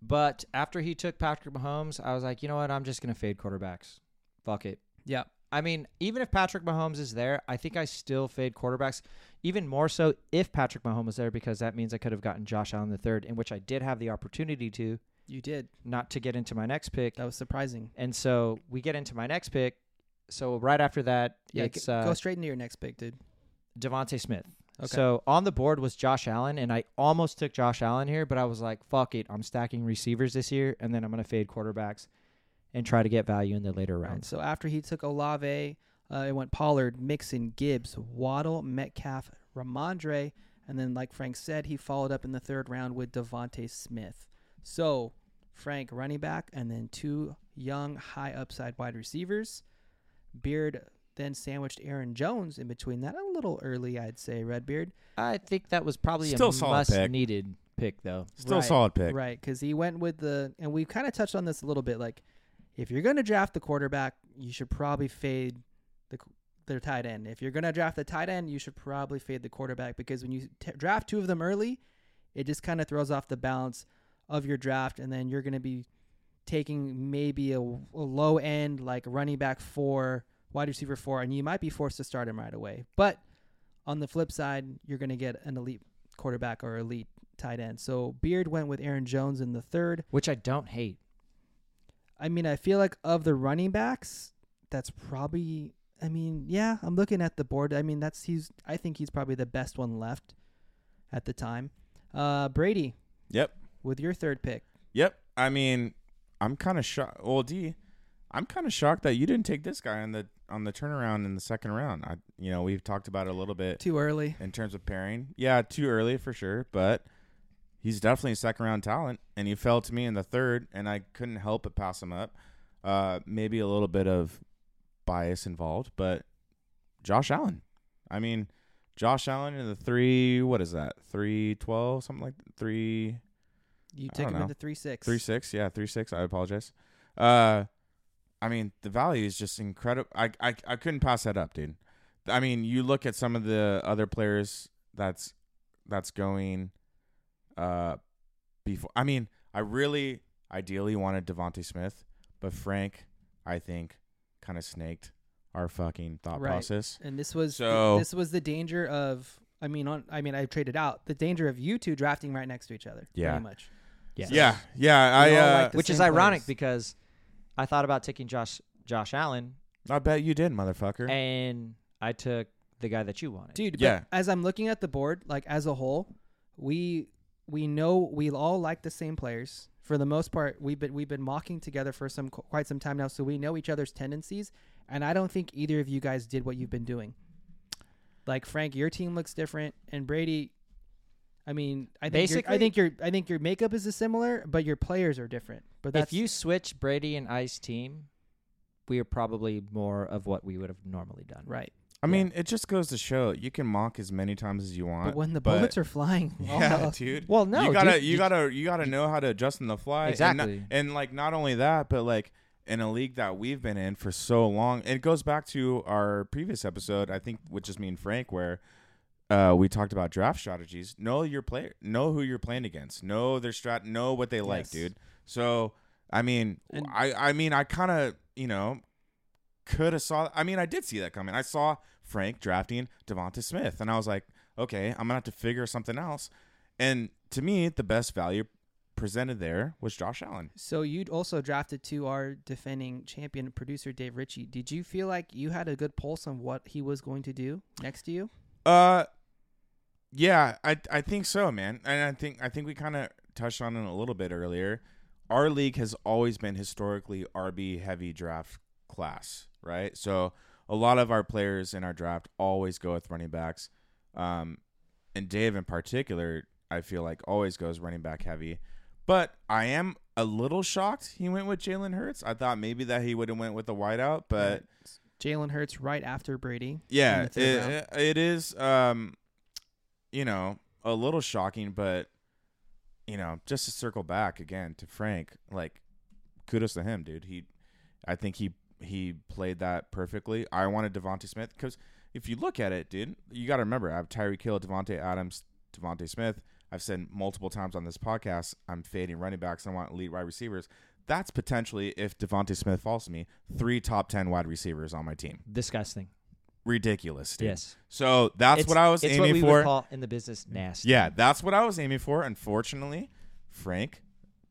but after he took Patrick Mahomes, I was like, you know what? I'm just gonna fade quarterbacks. Fuck it.
Yeah.
I mean, even if Patrick Mahomes is there, I think I still fade quarterbacks. Even more so if Patrick Mahomes was there, because that means I could have gotten Josh Allen the third, in which I did have the opportunity to,
You did.
not to get into my next pick.
That was surprising.
And so we get into my next pick. So right after that,
Yeah,
it's
g-
uh,
go straight into your next pick, dude.
Devonte Smith.
Okay.
So on the board was Josh Allen, and I almost took Josh Allen here, but I was like, "Fuck it, I'm stacking receivers this year, and then I'm gonna fade quarterbacks and try to get value in the later
Right.
rounds."
Um, So after he took Olave, uh, it went Pollard, Mixon, Gibbs, Waddle, Metcalf, Ramondre, and then, like Frank said, he followed up in the third round with Devonte Smith. So Frank, running back, and then two young, high upside wide receivers. Beard then sandwiched Aaron Jones in between that a little early, I'd say. Redbeard,
I think that was probably
Still
a
solid
must
pick.
needed pick, though.
Still
Right,
solid pick.
right? Because he went with the, and we kind of touched on this a little bit. Like, if you're going to draft the quarterback, you should probably fade the qu- their tight end. If you're going to draft the tight end, you should probably fade the quarterback because when you t- draft two of them early, it just kind of throws off the balance of your draft, and then you're going to be taking maybe a, a low end like running back four, wide receiver four, and you might be forced to start him right away. But on the flip side, you're going to get an elite quarterback or elite tight end. So Beard went with Aaron Jones in the third.
Which I don't hate.
I mean, I feel like of the running backs, that's probably. I mean, yeah, I'm looking at the board. I mean, that's he's. I think he's probably the best one left at the time. Uh, Brady.
Yep.
With your third pick,
Yep. I mean, I'm kind of shocked. Well, D, I'm kind of shocked that you didn't take this guy on the on the turnaround in the second round. I, you know, we've talked about it a little bit
too early.
in terms of pairing. Yeah, too early for sure, but he's definitely a second round talent, and he fell to me in the third, and I couldn't help but pass him up. Uh, maybe a little bit of bias involved, but Josh Allen. I mean, Josh Allen in the three. What is that? Three twelve, something like three.
You
I
took
don't
him
know.
into three six.
Three six, yeah, three six. I apologize. Uh, I mean the value is just incredible. I, I I couldn't pass that up, dude. I mean, you look at some of the other players that's that's going. Uh, before I mean, I really ideally wanted Devonte Smith, but Frank, I think, kind of snaked our fucking thought
Right.
process.
And this was
So-
this was the danger of. I mean, on. I mean, I traded out the danger of you two drafting right next to each other.
Yeah.
Pretty much.
Yes.
Yeah, yeah. I
We all
uh,
like the
Which is
same
ironic
players.
because I thought about taking Josh Josh Allen,
I bet you did, motherfucker.
and I took the guy that you wanted.
dude but
Yeah.
as i'm looking at the board like as a whole we we know we all like the same players for the most part we've been we've been mocking together for some quite some time now so we know each other's tendencies and i don't think either of you guys did what you've been doing like frank your team looks different and brady i mean i think your- i
Basically-
think your i think your makeup is similar but your players are different but that's
if you switch Brady and Ice team, we are probably more of what we would have normally done.
right
I mean, it just goes to show you can mock as many times as you want.
but when the
but-
bullets are flying
Yeah, dude.
Well, no,
you gotta
dude,
you,
you-
gotta you gotta know how to adjust in the fly. and not-
Exactly.
And, like not only that, but like in a league that we've been in for so long, it goes back to our previous episode, I think, which is me and Frank, where uh, we talked about draft strategies. Know your player, know who you're playing against, know their strat, know what they like,
Yes.
dude. So I mean,
And-
I I mean, I kind of you know could have saw. I mean, I did see that coming. I saw Frank drafting Devonta Smith, and I was like, okay, I'm gonna have to figure something else. And to me, the best value presented there was Josh Allen.
So you'd also drafted to our defending champion producer Dave Ritchie. Did you feel like you had a good pulse on what he was going to do next to you?
Uh, yeah, I I think so, man. And I think I think we kind of touched on it a little bit earlier. Our league has always been historically RB heavy draft class, right? So a lot of our players in our draft always go with running backs. Um, and Dave in particular, I feel like always goes running back heavy. But I am a little shocked he went with Jalen Hurts. I thought maybe that he would have went with the wideout, but
Jalen Hurts right after Brady.
yeah,
the third
it, it is um, you know, a little shocking, but you know, just to circle back again to Frank, like kudos to him, dude. He, I think he he played that perfectly. I wanted Devonte Smith because if you look at it, dude, you got to remember I have Tyree Kill, Devonte Adams, Devonte Smith. I've said multiple times on this podcast, I'm fading running backs. I want elite wide receivers. That's potentially if Devonte Smith falls to me, three top ten wide receivers on my team.
Disgusting.
Ridiculous, dude.
Yes.
So that's
It's-
what I was
it's
aiming
what we
for.
Would call in the business nasty.
Yeah, that's what I was aiming for. Unfortunately, Frank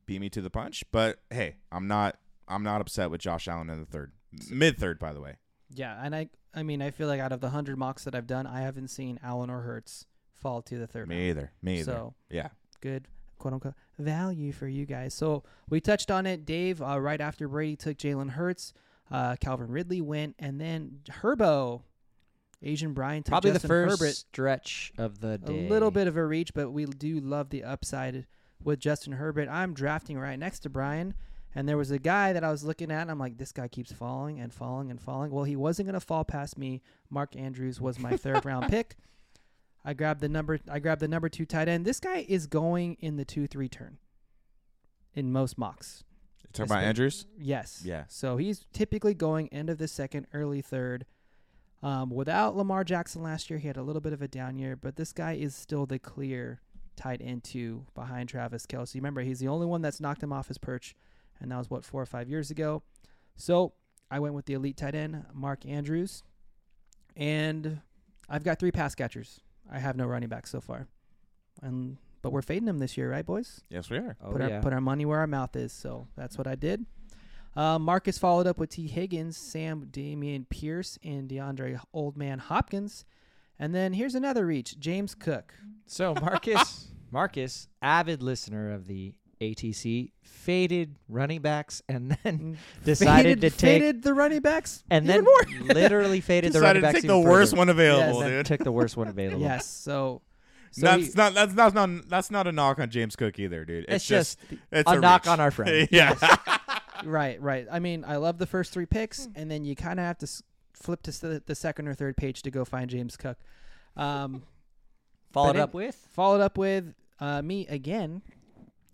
beat me to the punch. But hey, I'm not I'm not upset with Josh Allen in the third, mid third, by the way.
Yeah, and I I mean I feel like out of the hundred mocks that I've done, I haven't seen Allen or Hurts fall to the third.
Me
round.
either. Me either.
So
yeah.
good quote unquote value for you guys. So we touched on it, Dave. Uh, right after Brady took Jalen Hurts, uh, Calvin Ridley went, and then Herbo, Asian Brian took
Probably
Justin
the first
Herbert.
stretch of the
A
day.
little bit of a reach, but we do love the upside with Justin Herbert. I'm drafting right next to Brian, and there was a guy that I was looking at, and I'm like, this guy keeps falling and falling and falling. Well, he wasn't gonna fall past me. Mark Andrews was my third round pick. I grabbed the number. I grabbed the number two tight end. This guy is going in the two three turn in most mocks.
You talking about Andrews?
Yes.
Yeah.
So he's typically going end of the second, early third. Um, without Lamar Jackson last year, he had a little bit of a down year, but this guy is still the clear tight end two behind Travis Kelsey. Remember, he's the only one that's knocked him off his perch, and that was what four or five years ago. So I went with the elite tight end, Mark Andrews, and I've got three pass catchers. I have no running back so far, and but we're fading him this year, right, boys?
Yes, we are.
Oh,
put
yeah.
our put our money where our mouth is. So that's what I did. Uh, Marcus followed up with T. Higgins, Sam Damian Pierce, and DeAndre Oldman Hopkins. And then here's another reach, James Cook.
so Marcus, Marcus, avid listener of the ATC, faded running backs, and then Mm. decided
Mm. Faded-
to take
faded the running backs.
and then
even more.
literally faded the running
Decided to
backs.
take the
even
worst
further,
one available,
and then
dude.
Took the worst one available.
yes, so, so
that's
he-
not that's that's not that's not a knock on James Cook either, dude. It's,
It's, just,
it's
a, knock
reach.
on our friend.
yeah.
right, right. I mean, I love the first three picks, and then you kind of have to s- flip to s- the second or third page to go find James Cook. Um,
Followed
But it-
up with
followed up with uh, me again,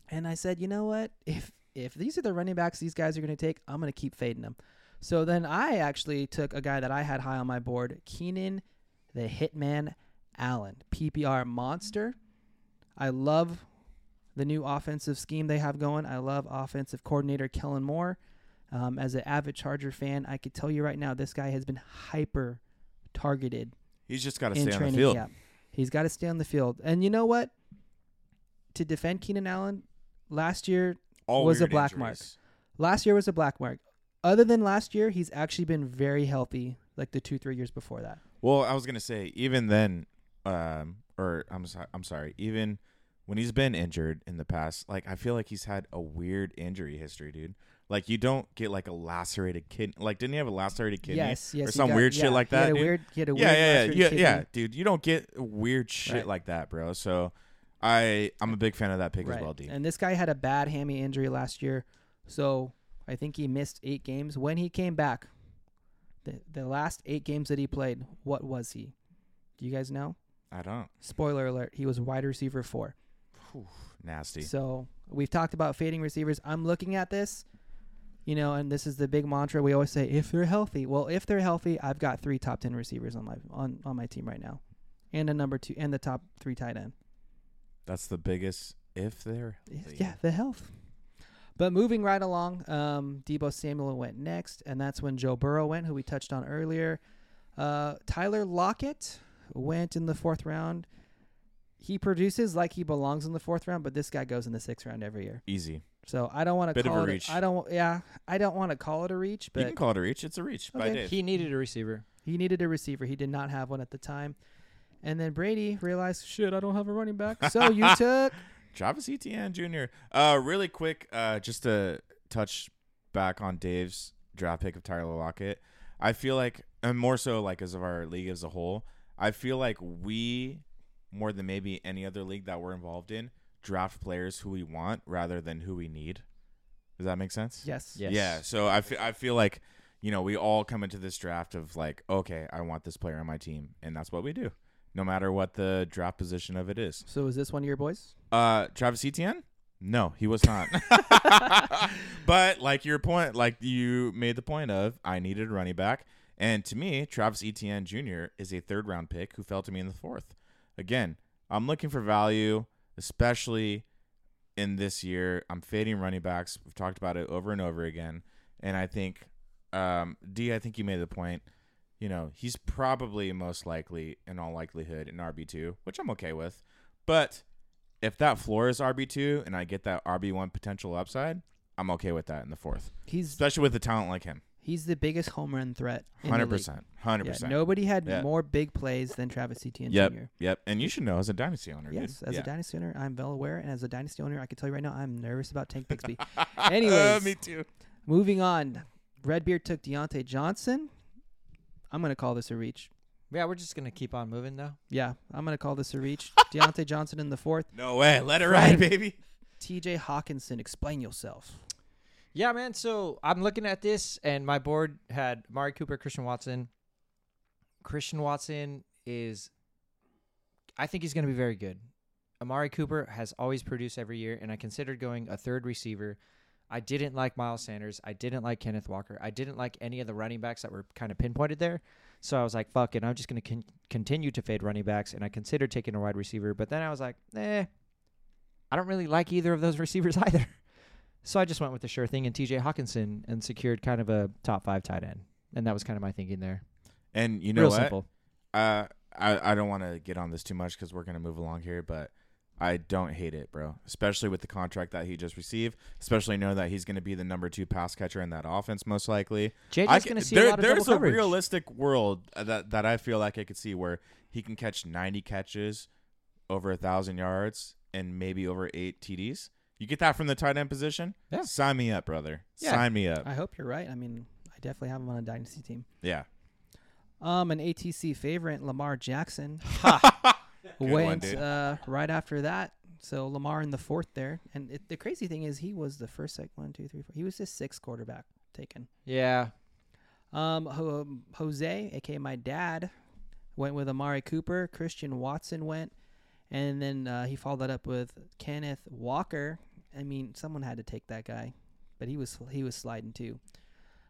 and I said, you know what? If if these are the running backs these guys are going to take, I'm going to keep fading them. So then I actually took a guy that I had high on my board, Keenan, the Hitman Allen, PPR monster. I love the new offensive scheme they have going. I love offensive coordinator Kellen Moore. Um, as an avid Charger fan, I could tell you right now, this guy has been hyper targeted
He's just got to
in
stay on the
training
field.
camp. He's got to stay on the field. And you know what? To defend Keenan Allen, last year
All
Was a
weird
black mark.
injuries.
last year was a black mark. Other than last year, he's actually been very healthy, like the two three years before that.
Well, I was gonna say even then, um, or I'm so- I'm sorry, even when he's been injured in the past, like I feel like he's had a weird injury history, dude. Like you don't get like a lacerated kidney. Like didn't he have a lacerated kidney
yes, yes,
or
he
some
got-
weird
yeah,
shit like that?
He had a
dude?
weird, he had a
yeah,
weird
yeah,
last
yeah,
year
yeah,
kidney.
dude. You don't get weird shit
Right.
like that, bro. So I I'm a big fan of that pick
Right.
as well, dude.
And this guy had a bad hammy injury last year, so I think he missed eight games. When he came back, the the last eight games that he played, what was he? Do you guys know?
I don't
Spoiler alert: he was wide receiver four.
nasty.
So we've talked about fading receivers. I'm looking at this, you know, and this is the big mantra we always say: if they're healthy. Well, if they're healthy, I've got three top ten receivers on my on on my team right now, and a number two and the top three tight end.
That's the biggest if they're healthy.
Yeah, the health. But moving right along, um, Debo Samuel went next, and that's when Joe Burrow went, who we touched on earlier. Uh, Tyler Lockett went in the fourth round. He produces like he belongs in the fourth round, but this guy goes in the sixth round every year.
easy.
So I don't want to
Bit of
call
a
it.
reach.
I don't. Yeah, I don't want to call it a reach,
you
but
can call it a reach. It's a reach by
Okay.
Dave.
he needed a receiver.
he needed a receiver. He did not have one at the time, and then Brady realized, shit, I don't have a running back. So you took
Travis Etienne Jr. Uh, really quick, uh, just to touch back on Dave's draft pick of Tyler Lockett. I feel like, and more so like as of our league as a whole, I feel like we more than maybe any other league that we're involved in draft players who we want rather than who we need. Does that make sense?
Yes.
Yes.
Yeah. So I fe- I feel like, you know, we all come into this draft of like, okay, I want this player on my team. And that's what we do, no matter what the draft position of it is.
So is this one of your boys?
Uh, Travis Etienne? No, he was not. but like your point, like you made the point of, I needed a running back. And to me, Travis Etienne Jr. is a third round pick who fell to me in the fourth. Again, I'm looking for value, especially in this year. I'm fading running backs. We've talked about it over and over again. And I think, um, D, I think you made the point. You know, he's probably most likely, in all likelihood, an RB2, which I'm okay with. But if that floor is RB2 and I get that RB1 potential upside, I'm okay with that in the fourth,
He's
especially with a talent like him.
he's the biggest home run threat. in the league.
100%. 100%.
Yeah, nobody had
Yeah.
more big plays than Travis Etienne
Yep.
Jr.
Yep. And you should know as a dynasty owner. dude.
Yes, as
Yeah.
a dynasty owner, I'm well aware, and as a dynasty owner, I can tell you right now, I'm nervous about Tank Bixby. Anyways,
Uh, me too.
moving on. Redbeard took Deontay Johnson. I'm gonna call this a reach.
Yeah, we're just gonna keep on moving though.
Yeah, I'm gonna call this a reach. Deontay Johnson in the fourth.
No way. Let it
Frank.
ride, baby.
T.J. Hawkinson, explain yourself.
Yeah, man. So I'm looking at this, and my board had Mari Cooper, Christian Watson. Christian Watson is, I think he's going to be very good. Amari Cooper has always produced every year, and I considered going a third receiver. I didn't like Miles Sanders. I didn't like Kenneth Walker. I didn't like any of the running backs that were kind of pinpointed there. So I was like, fuck it. I'm just going to con- continue to fade running backs. And I considered taking a wide receiver. But then I was like, eh, I don't really like either of those receivers either. So I just went with the sure thing and TJ Hawkinson and secured kind of a top five tight end. And that was kind of my thinking there.
And you know
Real
what?
simple.
Uh, I, I don't want to get on this too much because we're going to move along here, but I don't hate it, bro. Especially with the contract that he just received, especially knowing that he's going to be the number two pass catcher in that offense, most likely. I
JJ's
c-
going to see
there-
a lot of
There's
double coverage.
a realistic world uh, that, that I feel like I could see where he can catch 90 catches over a 1,000 yards and maybe over eight TDs. You get that from the tight end position?
Yeah.
Sign me up, brother.
Yeah.
Sign me up.
I hope you're right. I mean, I definitely have him on a dynasty team.
Yeah.
Um, an ATC favorite, Lamar Jackson,
Good one,
went
dude.
uh, right after that. So Lamar in the fourth there, and it, the crazy thing is he was the first like one, two, three, four. He was the sixth quarterback taken.
yeah.
Um, Ho- um, Jose, aka my dad, went with Amari Cooper. Christian Watson went, and then uh, he followed that up with Kenneth Walker. I mean, someone had to take that guy, but he was he was sliding too.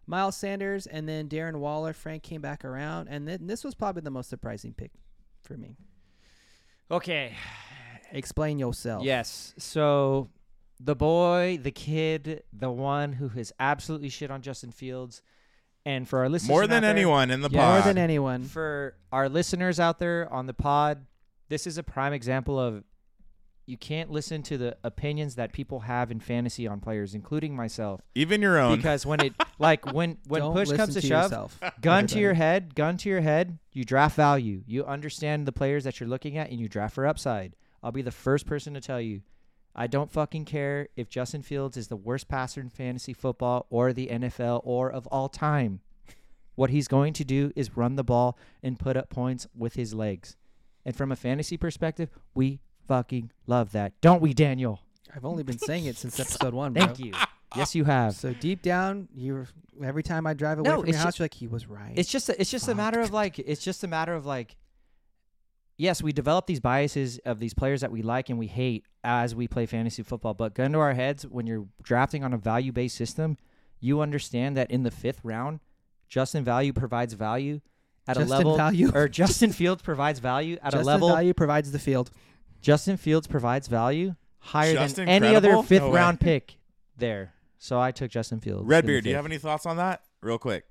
Miles Sanders and then Darren Waller. Frank came back around, and then this was probably the most surprising pick for me.
Okay.
Explain yourself.
Yes. So the boy, the kid, the one who has absolutely shit on Justin Fields. And for our listeners,
More
out
than
there-
anyone in the
Yeah.
pod.
more than anyone.
for our listeners out there on the pod, this is a prime example of you can't listen to the opinions that people have in fantasy on players, including myself.
Even your own.
because when it like when when
Don't
push
listen
comes to,
to
shove,
yourself,
gun to your
everybody.
head, gun to your head, you draft value. You understand the players that you're looking at and you draft for upside. I'll be the first person to tell you, I don't fucking care if Justin Fields is the worst passer in fantasy football or the NFL or of all time. What he's going to do is run the ball and put up points with his legs. And from a fantasy perspective, we fucking love that. Don't we, Daniel?
I've only been saying it since episode one. Bro.
Thank you. Yes, you have.
So deep down, you every time I drive away
No,
from
it's
your house,
ju-
you're like, he was right.
it's just a, it's just a matter of like it's just a matter of like yes we develop these biases of these players that we like and we hate as we play fantasy football but gun to our heads when you're drafting on a value based system you understand that in the fifth round justin value provides value at
Justin
a level
Value.
or justin fields provides value at
Justin
a level
Value provides the field.
justin fields provides value higher
Justin
than any other
Credible?
fifth
No way.
round pick there so i took justin fields in the
Redbeard, do you
fifth.
have any thoughts on that? Real quick.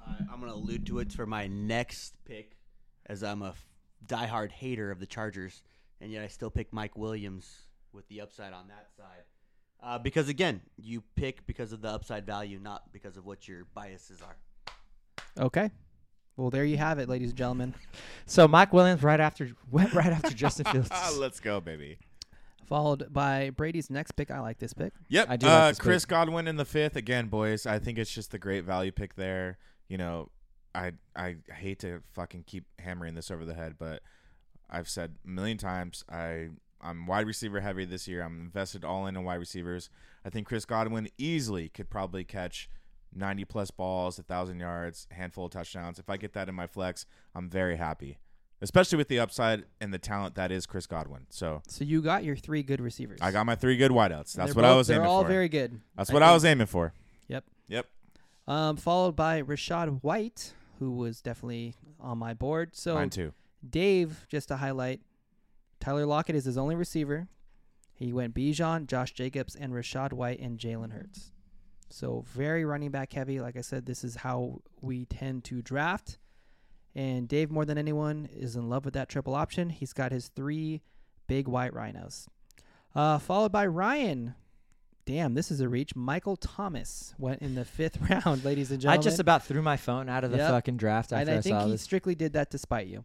Uh, I'm going to allude to it for my next pick, as I'm a f- diehard hater of the Chargers, and yet I still pick Mike Williams with the upside on that side. Uh, because again, you pick because of the upside value, not because of what your biases are.
Okay. Well, there you have it, ladies and gentlemen.
so mike williams right after went right after justin fields
Ah, Let's go, baby.
Followed by Brady's next pick. I like this pick.
Yep.
I do
uh,
like this
Chris Godwin in the fifth again, boys. I think it's just the great value pick there. You know, I I hate to fucking keep hammering this over the head, but I've said a million times I I'm wide receiver heavy this year. I'm invested all in on wide receivers. I think Chris Godwin easily could probably catch 90 plus balls, 1,000 yards, handful of touchdowns. If I get that in my flex, I'm very happy, especially with the upside and the talent that is Chris Godwin. So
So you got your three good receivers.
I got my three good wideouts.
And
That's
they're
what I
both-
was
They're
aiming
all
for.
very good.
That's what I was aiming for.
Yep.
Yep.
Um, followed by Rashad White, who was definitely on my board. So
Mine too.
Dave, just to highlight, Tyler Lockett is his only receiver. He went Bijan, Josh Jacobs, and Rashad White and Jalen Hurts. So very running back heavy. Like I said, this is how we tend to draft. And Dave, more than anyone, is in love with that triple option. He's got his three big white rhinos. Uh, followed by Ryan. Damn, this is a reach. Michael Thomas went in the fifth round, ladies
I
and gentlemen.
just about threw my phone out of the
Yep.
fucking draft
and
after I,
I think
saw
he
this.
strictly did that to spite you.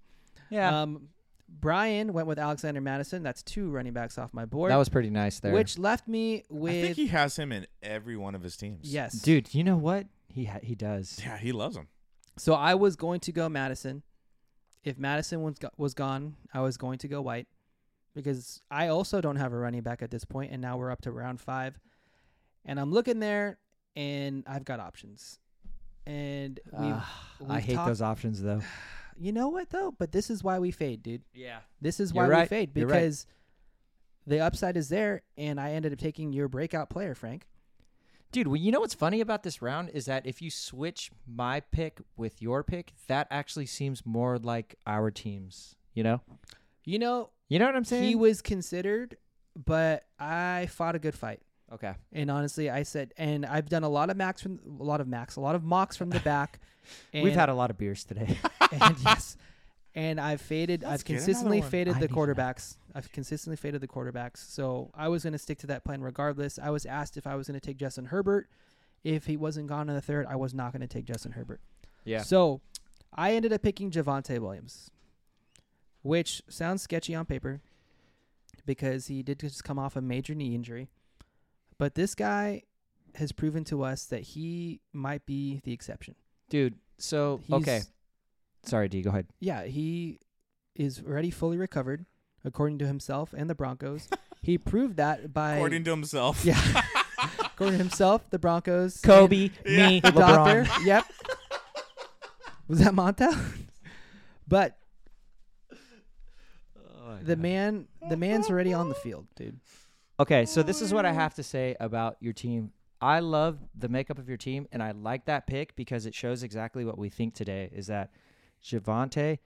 Yeah,
Um, Brian went with Alexander Madison. That's two running backs off my board.
that was pretty nice there.
which left me
I think
with
he has him in every one of his teams.
yes,
dude, you know what? He ha- he does.
Yeah, he loves him.
So I was going to go Madison. If Madison was go- was gone, I was going to go White because I also don't have a running back at this point, and now we're up to round five, and I'm looking there, and I've got options, and we. have
Ah, I
we've
hate
talked-
those options though.
You know what though? But this is why we fade, dude.
Yeah.
This is why
You're
we
right.
fade
You're right.
because the upside is there, and I ended up taking your breakout player, Frank.
Dude, well, you know what's funny about this round is that if you switch my pick with your pick, that actually seems more like our teams. You know,
You know,
you know what I'm saying?
he was considered, but I fought a good fight.
okay.
And honestly, I said, and I've done a lot of max from a lot of max, a lot of mocks from the back. And,
We've had a lot of beers today.
and yes, and I've faded.
Let's
I've
get another
consistently
one.
faded
I
the
need another.
quarterbacks. I've consistently faded the quarterbacks. So I was going to stick to that plan regardless. I was asked if I was going to take Justin Herbert. If he wasn't gone in the third, I was not going to take Justin Herbert.
yeah.
So I ended up picking Javante Williams, which sounds sketchy on paper because he did just come off a major knee injury. But this guy has proven to us that he might be the exception.
Dude, so
He's,
okay. Sorry, D, go ahead.
Yeah, he is already fully recovered, according to himself and the Broncos. he proved that by
According to himself.
yeah, according to himself, the Broncos, and
Kobe, me,
the
LeBron.
doctor. Yep. Was that Montel? but the man the man's already on the field dude
Okay, so this is what I have to say about your team. I love the makeup of your team, and I like that pick because it shows exactly what we think today is that Javante,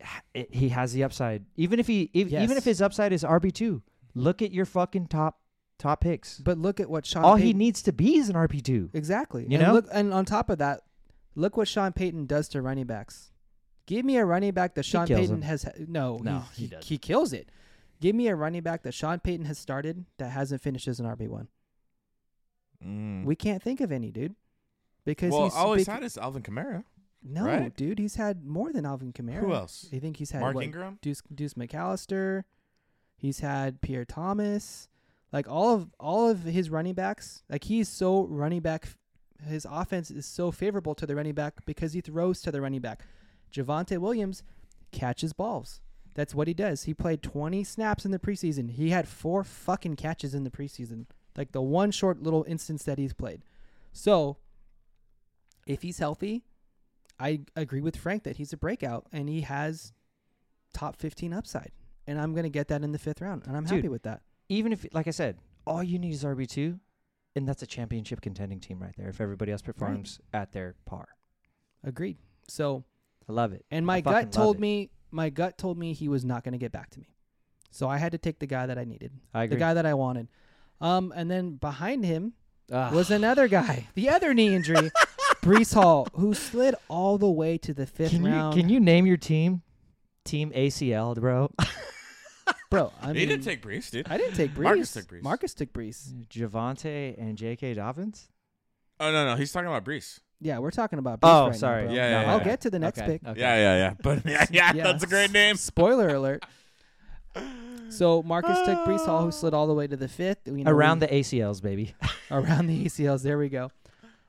h- it- he has the upside. Even if he, if, even
Yes.
if his upside is RB two, look at your fucking top top picks.
but look at what sean
All
payton,
he needs to be is an RB two.
exactly
You
and
know?
look and on top of that look what sean payton does to running backs give me a running back that sean
kills
payton
him.
has no
No, he
he, he,
doesn't.
he kills it give me a running back that sean payton has started that hasn't finished as an rb1
Mm.
we can't think of any dude because
well, oh,
he's
all he's
big-
had is Alvin Kamara.
no
right?
dude he's had more than alvin kamara
Who else?
i think he's had
Mark
what,
Ingram.
Deuce, Deuce McAllister. He's had Pierre Thomas. Like all of all of his running backs, like he's so running back. His offense is so favorable to the running back because he throws to the running back. Javante Williams catches balls. That's what he does. He played 20 snaps in the preseason. He had four fucking catches in the preseason. Like the one short little instance that he's played. So, if he's healthy, I agree with Frank that he's a breakout and he has top 15 upside. And I'm going to get that in the fifth round. And I'm
Dude.
happy with that.
Even if, like I said, all you need is RB two, and that's a championship contending team right there. If everybody else performs at their par,
Agreed. So,
I love it.
and
I
my
fucking
gut
love
told
it.
me, my gut told me he was not going to get back to me. So I had to take the guy that I needed,
I
the
agree.
guy that I wanted. Um, and then behind him
Ugh.
was another guy, the other knee injury, Brees Hall, who slid all the way to the fifth
can
round.
You, can you name your team? Team ACL, bro.
Bro, I mean,
he didn't take Brees, dude.
I didn't take Brees.
Marcus took Brees.
Marcus took Brees.
Javante and J.K. Dobbins.
Oh no, no, he's talking about Brees.
Yeah, we're talking about Brees
Oh,
right now,
sorry.
bro.
Yeah, yeah,
I'll
yeah.
get to the next
Okay,
pick.
okay.
Yeah, yeah, yeah. But yeah, yeah,
Yeah.
that's a great name.
Spoiler alert. So Marcus took Brees Hall, who slid all the way to the fifth. We know
Around
we-
the ACLs, baby.
around the ACLs. There we go.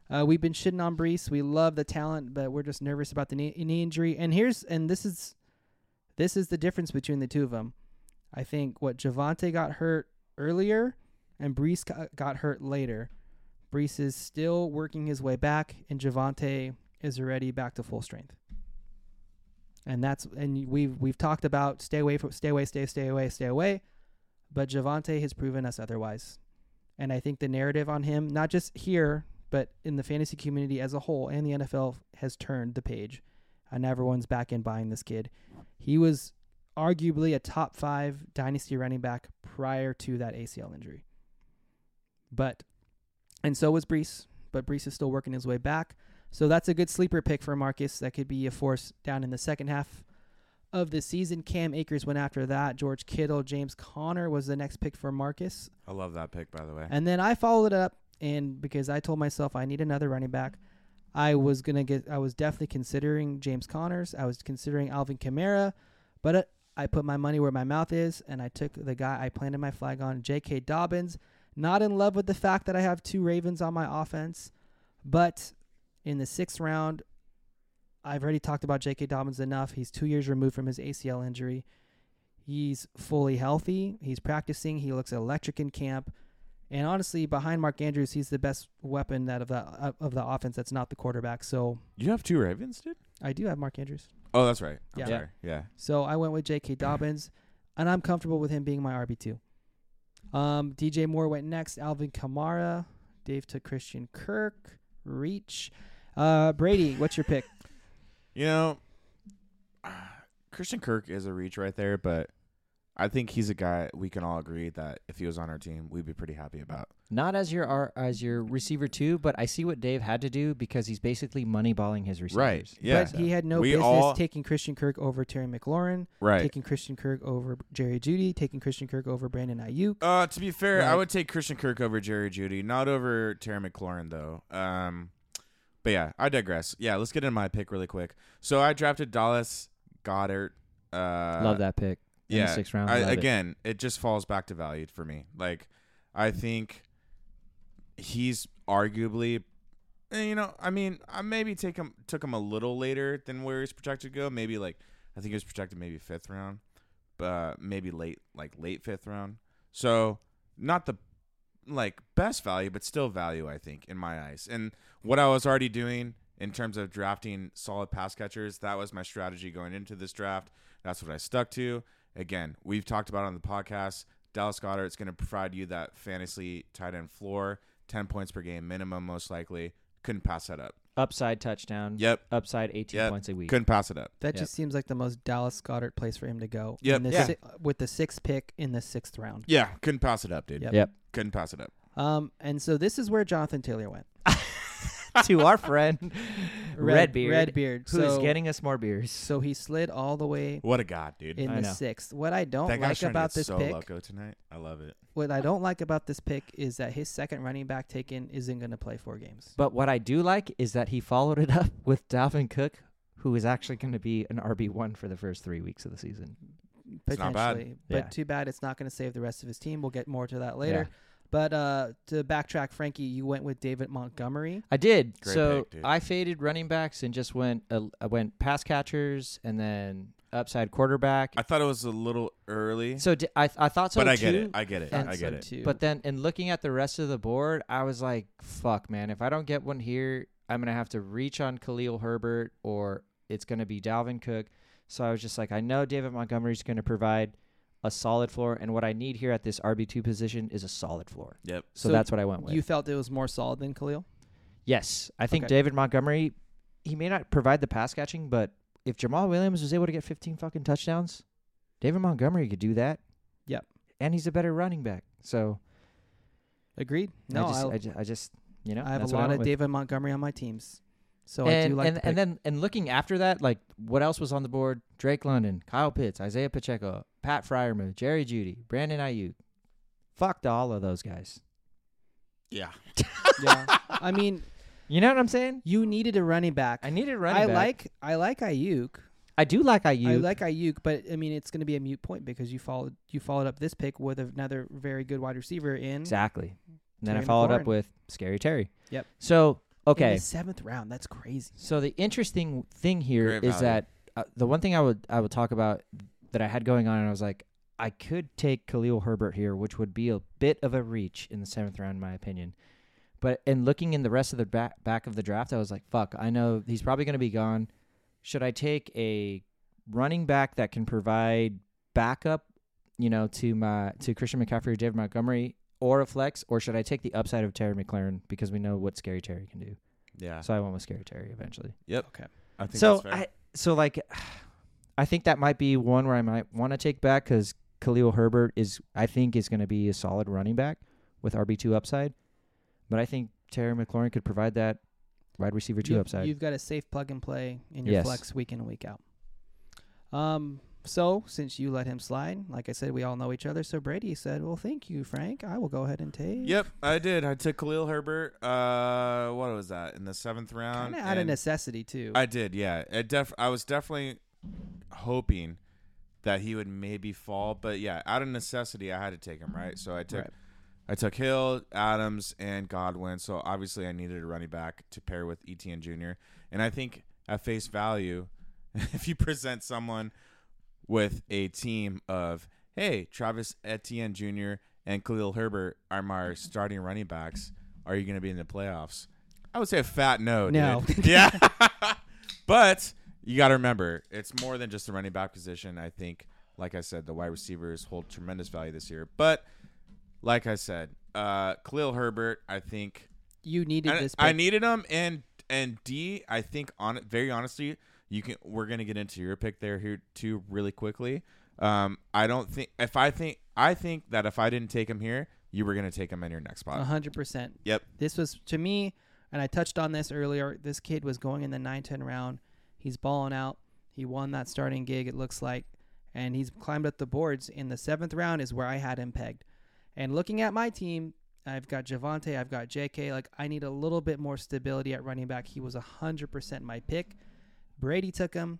Uh, we've been shitting on Brees. We love the talent, but we're just nervous about the knee, knee injury. And here's and this is this is the difference between the two of them. I think what Javante got hurt earlier and Brees got- got hurt later. Brees is still working his way back, and Javante is already back to full strength. And that's and we've we've talked about stay away from stay away, stay stay away, stay away. But Javante has proven us otherwise. And I think the narrative on him, not just here, but in the fantasy community as a whole and the NFL has turned the page. And everyone's back in buying this kid. He was arguably a top five dynasty running back prior to that ACL injury. But, and so was Brees, but Brees is still working his way back. So that's a good sleeper pick for Marcus. That could be a force down in the second half of the season. Cam Akers went after that. George Kittle, James Connor was the next pick for Marcus.
I love that pick, by the way.
And then I followed it up, and because I told myself I need another running back, I was gonna get. I was definitely considering James Connors. I was considering Alvin Kamara, but uh, I put my money where my mouth is, and I took the guy I planted my flag on, J.K. Dobbins. Not in love with the fact that I have two Ravens on my offense, but in the sixth round, I've already talked about J.K. Dobbins enough. He's two years removed from his ACL injury. He's fully healthy. He's practicing. He looks electric in camp. And honestly, behind Mark Andrews, he's the best weapon that of the uh, of the offense that's not the quarterback. So
You have two Ravens, dude?
I do have Mark Andrews.
Oh, that's right. I'm
Yeah.
sorry. Yeah.
So I went with J.K. Dobbins, and I'm comfortable with him being my RB two. Um, DJ Moore went next. Alvin Kamara. Dave took Christian Kirk. Reach. Uh, Brady, what's your pick?
You know, uh, Christian Kirk is a reach right there, but I think he's a guy we can all agree that if he was on our team, we'd be pretty happy about.
Not as your R- as your receiver too, but I see what Dave had to do because he's basically moneyballing his receivers.
Yeah.
But he had no
We
business
all-
taking Christian Kirk over Terry McLaurin,
Right.
taking Christian Kirk over Jerry Judy, taking Christian Kirk over Brandon Ayuk.
Uh, to be fair, I
Like-
would take Christian Kirk over Jerry Judy, not over Terry McLaurin though. Um, but yeah, I digress. Yeah, let's get into my pick really quick. So I drafted Dallas Goddard. Uh,
Love that pick. In
yeah,
the sixth round.
I,
love it.
again, it. just falls back to value for me. Like, I think he's arguably, eh, you know, I mean, I maybe take him took him a little later than where he's projected to go. Maybe like I think he was projected maybe fifth round, but maybe late like late fifth round. So not the like best value, but still value, I think, in my eyes. And what I was already doing in terms of drafting solid pass catchers, that was my strategy going into this draft. That's what I stuck to. Again, we've talked about it on the podcast. Dallas Goddard is going to provide you that fantasy tight end floor, 10 points per game minimum, most likely. Couldn't pass that up.
upside touchdown.
Yep.
Upside 18
Yep.
points a week.
Couldn't pass it up.
That
Yep.
just seems like the most Dallas Goddard place for him to go.
Yep.
in the
Yeah.
si- with the sixth pick in the sixth round.
Yeah, couldn't pass it up, dude.
Yep.
Yep.
Couldn't pass it up.
Um, and so this is where Jonathan Taylor went.
to our friend Redbeard,
Redbeard.
who is
so,
getting us more beers.
so he slid all the way
What a god, dude.
in
I
the
know.
sixth. What I don't
that guy's
like
trying
about
to get
this
so
pick,
loco tonight. I love it.
what I don't like about this pick is that his second running back taken isn't going to play four games.
But what I do like is that he followed it up with Dalvin Cook, who is actually going to be an RB one for the first three weeks of the season.
It's not bad.
Potentially, but
Yeah.
too bad it's not going to save the rest of his team. We'll get more to that later. But uh, to backtrack, Frankie, you went with David Montgomery.
I did.
Great
so
pick, dude.
I faded running backs and just went uh, I went pass catchers and then upside quarterback.
I thought it was a little early,
so di- I I thought so
but I
too.
get it. I get it.
and
I get
so
it.
too.
But then in looking at the rest of the board, I was like, fuck, man, if I don't get one here, I'm going to have to reach on Khalil Herbert or it's going to be Dalvin Cook. So I was just like, I know David Montgomery's going to provide a solid floor. And what I need here at this RB2 position is a solid floor.
Yep.
So,
So
that's what I went with.
you felt it was more solid than Khalil.
yes. I think
Okay.
David Montgomery, he may not provide the pass catching, but if Jamal Williams was able to get 15 fucking touchdowns, David Montgomery could do that.
Yep.
And he's a better running back. So.
Agreed. No,
I
I'll-
just, I just, I just, you know,
I have a
that's what
lot
went
of
with.
David Montgomery on my teams, so
and,
I do like
and,
the
and
pick.
then and looking after that, like what else was on the board? Drake London, Kyle Pitts, Isaiah Pacheco, Pat Fryermuth, Jerry Judy, Brandon Ayuk. Fuck to all of those guys.
Yeah.
yeah. I mean,
You know what I'm saying?
you needed a running back.
I needed running
I
back.
like I like Ayuk.
I do like
I
Ayuk.
like Ayuk, but I mean it's going to be a mute point because you followed you followed up this pick with another very good wide receiver in,
exactly. And then I
Terry
followed up
McLaurin.
with Scary Terry.
Yep.
So
in
okay,
the seventh round. That's crazy.
So the interesting thing here is
Great value.
that uh, the one thing I would I would talk about that I had going on, and I was like, I could take Khalil Herbert here, which would be a bit of a reach in the seventh round, in my opinion. But in looking in the rest of the back, back of the draft, I was like, fuck, I know he's probably going to be gone. Should I take a running back that can provide backup, you know, to my to Christian McCaffrey or David Montgomery or a flex, or should I take the upside of Terry McLaren because we know what Scary Terry can do?
Yeah.
So I went with Scary Terry eventually
I think
so
that's fair.
I so like I think that might be one where I might want to take back because Khalil Herbert is I think is going to be a solid running back with RB two upside, but I think Terry McLaurin could provide that wide receiver two
you've,
upside.
You've got a safe plug and play in your
Yes.
flex week in and week out. Um, so since you let him slide, like I said, we all know each other. So Brady said, "Well, thank you, Frank. I will go ahead and take."
Yep, I did. I took Khalil Herbert. Uh, what was that in the seventh round?
Kind of out of
Um, and
necessity too.
I did. Yeah, I def. I was definitely hoping that he would maybe fall, but yeah, out of necessity, I had to take him. Right, so I took.
Right.
I took Hill, Adams, and Godwin. So obviously, I needed a running back to pair with E Etn Jr. And I think at face value, if you present someone with a team of hey, Travis Etienne Jr. and Khalil Herbert are my starting running backs, are you going to be in the playoffs? I would say a fat no.
No.
dude. yeah. but you got to remember, it's more than just the running back position. I think, like I said, the wide receivers hold tremendous value this year. But like I said, uh, Khalil Herbert, I think
you needed
and
this.
I
pick.
needed him, and and D, I think on very honestly, you can we're gonna get into your pick there here too really quickly. Um, I don't think if I think I think that if I didn't take him here, you were gonna take him in your next spot.
A hundred percent.
Yep.
This was to me, and I touched on this earlier. This kid was going in the 9-10 round. He's balling out. He won that starting gig. It looks like, and he's climbed up the boards. In the seventh round is where I had him pegged. And looking at my team, I've got Javante. I've got J.K. Like I need a little bit more stability at running back. He was a hundred percent my pick. Brady took him.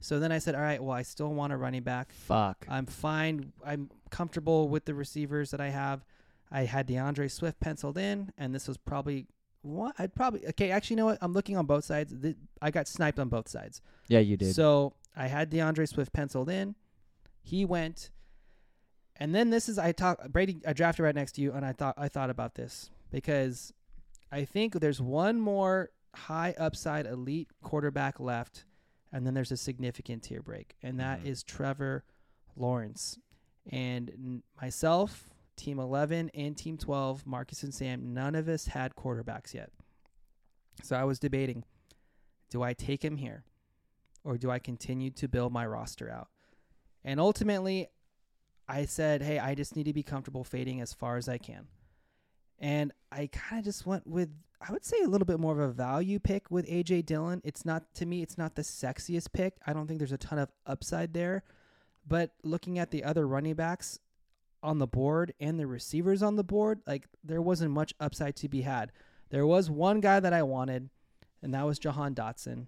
So then I said, all right, well, I still want a running back.
Fuck.
I'm fine. I'm comfortable with the receivers that I have. I had DeAndre Swift penciled in, and this was probably one. I'd probably okay. Actually, you know what? I'm looking on both sides. Th- I got sniped on both sides.
yeah, you did.
So I had DeAndre Swift penciled in. He went, and then this is I talk Brady. I drafted right next to you, and I thought I thought about this because I think there's one more high upside elite quarterback left, and then there's a significant tier break, and that is
Mhm.
Mm-hmm.
Trevor Lawrence, and n- myself, Team 11 and Team 12, Marcus and Sam. None of us had quarterbacks yet, so I was debating: do I take him here? or do I continue to build my roster out? And ultimately, I said, hey, I just need to be comfortable fading as far as I can. And I kind of just went with, I would say, a little bit more of a value pick with AJ Dillon. It's not, to me, it's not the sexiest pick. I don't think there's a ton of upside there. But looking at the other running backs on the board and the receivers on the board, like there wasn't much upside to be had. There was one guy that I wanted, and that was Jahan Dotson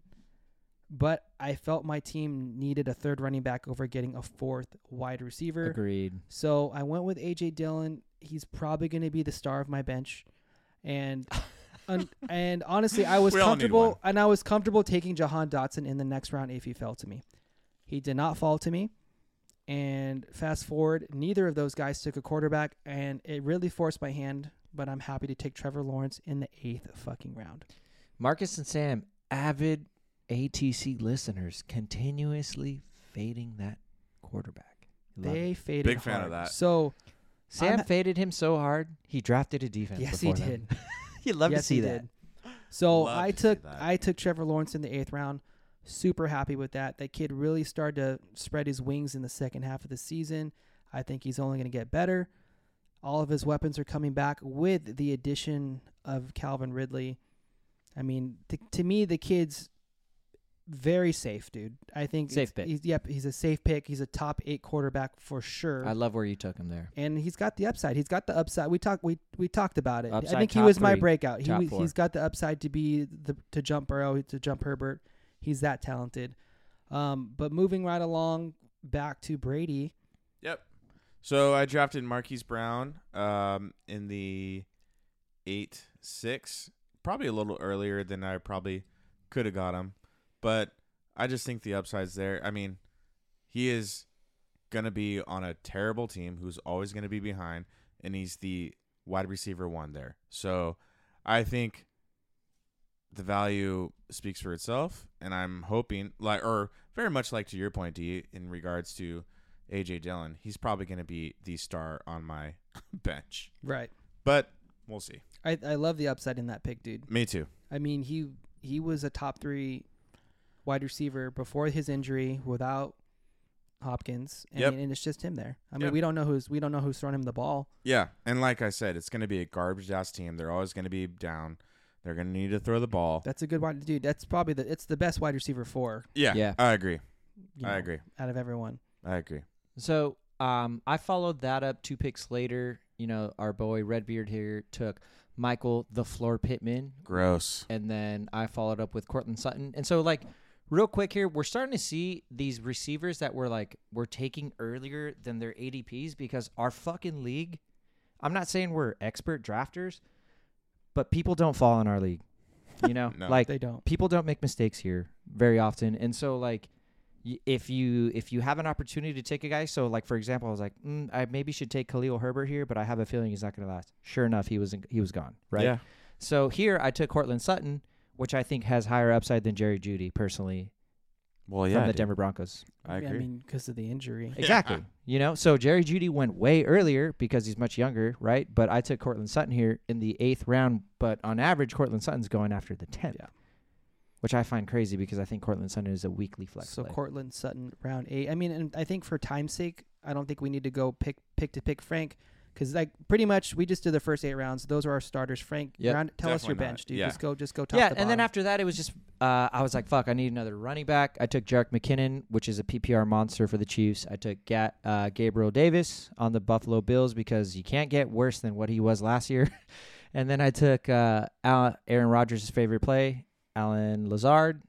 but I felt my team needed a third running back over getting a fourth wide receiver.
Agreed.
So I went with AJ Dillon. He's probably going to be the star of my bench, and un- and honestly, I was
We all need one.
comfortable and I was comfortable taking Jahan Dotson in the next round if he fell to me. He did not fall to me, and fast forward, neither of those guys took a quarterback, and it really forced my hand. But I'm happy to take Trevor Lawrence in the eighth fucking round.
Marcus and Sam, avid ATC listeners, continuously fading that quarterback. Love it.
They faded.
Big fan of
hard.
that.
So
Sam
I'm-
faded him so hard he drafted a defense.
yes, he
before them.
did.
you love to
Yes,
see
he
that.
did. So
Love
I
to see
took
that.
I took Trevor Lawrence in the eighth round. Super happy with that. That kid really started to spread his wings in the second half of the season. I think he's only going to get better. All of his weapons are coming back with the addition of Calvin Ridley. I mean, t- to me, the kid's very safe, dude. I think
Safe
it's-
pick.
He's, yep, he's a safe pick. He's a top eight quarterback for sure
I love where you took him there.
and he's got the upside. He's got the upside. We talked we we talked about it.
Upside,
I think he
top
was my
three,
breakout. He
top
was-
four.
he's got the upside to be the to jump Burrow to jump Herbert. He's that talented. Um, but moving right along back to Brady,
Yep. So I drafted Marquise Brown um, in the eight six, probably a little earlier than I probably could have got him, but I just think the upside's there. I mean, he is going to be on a terrible team who's always going to be behind, and he's the wide receiver one there. So I think the value speaks for itself, and I'm hoping, like, or very much like to your point, D, in regards to AJ Dillon, he's probably going to be the star on my bench,
Right.
but we'll see.
I, I love the upside in that pick, dude.
Me too.
I mean, he he was a top three wide receiver before his injury without Hopkins. I
Yep.
mean, and it's just him there. I mean,
Yep.
we don't know who's we don't know who's throwing him the ball.
Yeah, and like I said, it's going to be a garbage ass team. They're always going to be down. They're going to need to throw the ball.
That's a good wide dude. That's probably the it's the best wide receiver four.
Yeah,
Yeah.
I agree.
you
I
know,
agree.
Out of everyone,
I agree.
So um, I followed that up two picks later. You know, our boy Redbeard here took Michael the Floor Pittman,
Gross.
and then I followed up with Cortland Sutton. And so, like, real quick here, we're starting to see these receivers that we're like we're taking earlier than their ADPs because our fucking league. I'm not saying we're expert drafters, but people don't fall in our league. You know,
No.
like
they don't.
people don't make mistakes here very often and so like y- if you if you have an opportunity to take a guy so like for example i was like mm, i maybe should take khalil herbert here but i have a feeling he's not going to last sure enough he was he was gone right
Yeah.
so here i took Cortland sutton which i think has higher upside than jerry judy personally
Well,
from
yeah,
the
dude.
denver broncos
I agree.
I mean, because of the injury.
exactly you know so jerry judy went way earlier because he's much younger right but i took Cortland sutton here in the eighth round but on average Cortland sutton's going after the 10th
Yeah.
which I find crazy because I think Cortland Sutton is a weekly flex.
so
play.
Cortland Sutton round eight. I mean, and I think for time's sake, I don't think we need to go pick pick to pick Frank because like pretty much we just did the first eight rounds. Those are our starters. Frank,
Yep.
round, tell us
Definitely
your
not.
bench, dude.
Yeah.
Just go, just go top.
yeah,
to
and then
bottom.
after that, it was just uh, I was like, "Fuck, I need another running back." I took Jarek McKinnon, which is a PPR monster for the Chiefs. I took Ga- uh, Gabriel Davis on the Buffalo Bills because you can't get worse than what he was last year. and then I took uh, Al- Aaron Rodgers' favorite play, Alan Lazard,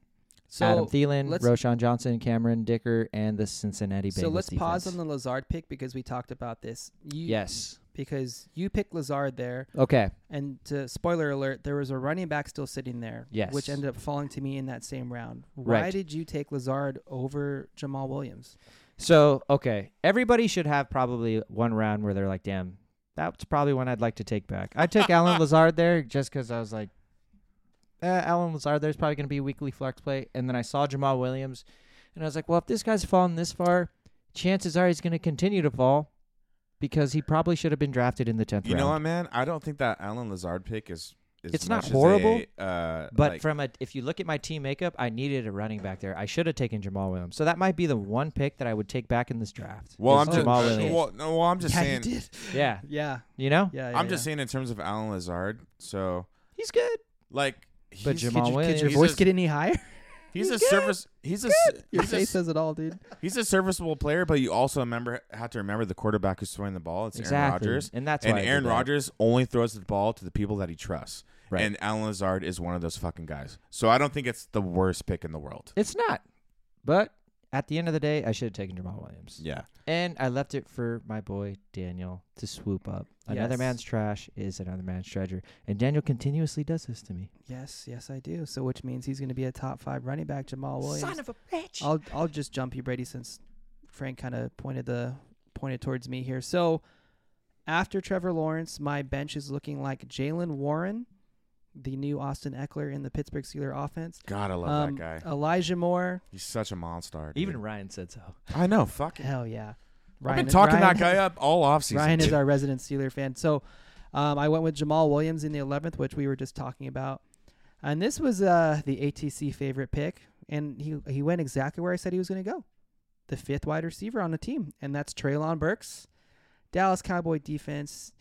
so
Adam Thielen,
let's-
Roshan Johnson, Cameron Dicker, and the Cincinnati Bengals.
So let's pause on
defense.
the Lazard pick because we talked about this. You,
yes.
Because you picked Lazard there,
Okay.
and to, spoiler alert, there was a running back still sitting there,
Yes.
which ended up falling to me in that same round. Why
Right.
did you take Lazard over Jamal Williams?
So, okay. Everybody should have probably one round where they're like, damn, that's probably one I'd like to take back. I took Alan Lazard there just because I was like, eh, Alan Lazard there's probably going to be a weekly flex play. And then I saw Jamal Williams, and I was like, well, if this guy's fallen this far, chances are he's going to continue to fall because he probably should have been drafted in the 10th
you
round.
know what, man? I don't think that Alan Lazard pick is. is
It's not
much as
horrible,
a, uh,
But
like-
from a, if you look at my team makeup, I needed a running back there. I should have taken Jamal Williams. So that might be the one pick that I would take back in this draft. is
well, I'm just uh,
Jamal
shit.
Williams.
well, no, well, I'm just
yeah,
saying.
you did.
yeah,
Yeah,
you know,
yeah.
I'm
yeah,
just
yeah.
saying in terms of Alan Lazard. So
he's good.
like,
But
he's,
Jamal
could, you, could your
Williams-
voice
He's a-
get any higher?
he's a
good.
service. He's a s-
Your
he's a
face
s-
says it all, dude.
he's a serviceable player, but you also remember have to remember the quarterback who's throwing the ball. It's Aaron Rodgers.
and that's
and
why I did
Aaron
that.
Rodgers only throws the ball to the people that he trusts.
Right.
And Alan Lazard is one of those fucking guys. So I don't think it's the worst pick in the world.
It's not, but at the end of the day, I should have taken Jamal Williams,
Yeah.
and I left it for my boy Daniel to swoop up. Another
Yes.
man's trash is another man's treasure, and Daniel continuously does this to me.
Yes, yes, I do. So which means he's going to be a top five running back, Jamal Williams.
Son of a bitch!
I'll I'll just jump you, Brady, since Frank kind of pointed the pointed towards me here. So after Trevor Lawrence, my bench is looking like Jalen Warren, the new Austin Eckler in the Pittsburgh Steeler offense.
God, I love
Um,
that guy.
Elijah Moore.
He's such a monster. dude.
Even Ryan said so.
I know. Fuck. it.
Hell yeah.
I've been
is-
talking
Ryan-
that guy up all offseason.
Ryan is
dude.
our resident Steeler fan. So um, I went with Jamal Williams in the 11th, which we were just talking about. And this was uh, the ATC favorite pick. And he, he went exactly where I said he was going to go the fifth wide receiver on the team. And that's Traylon Burks, Dallas Cowboy defense.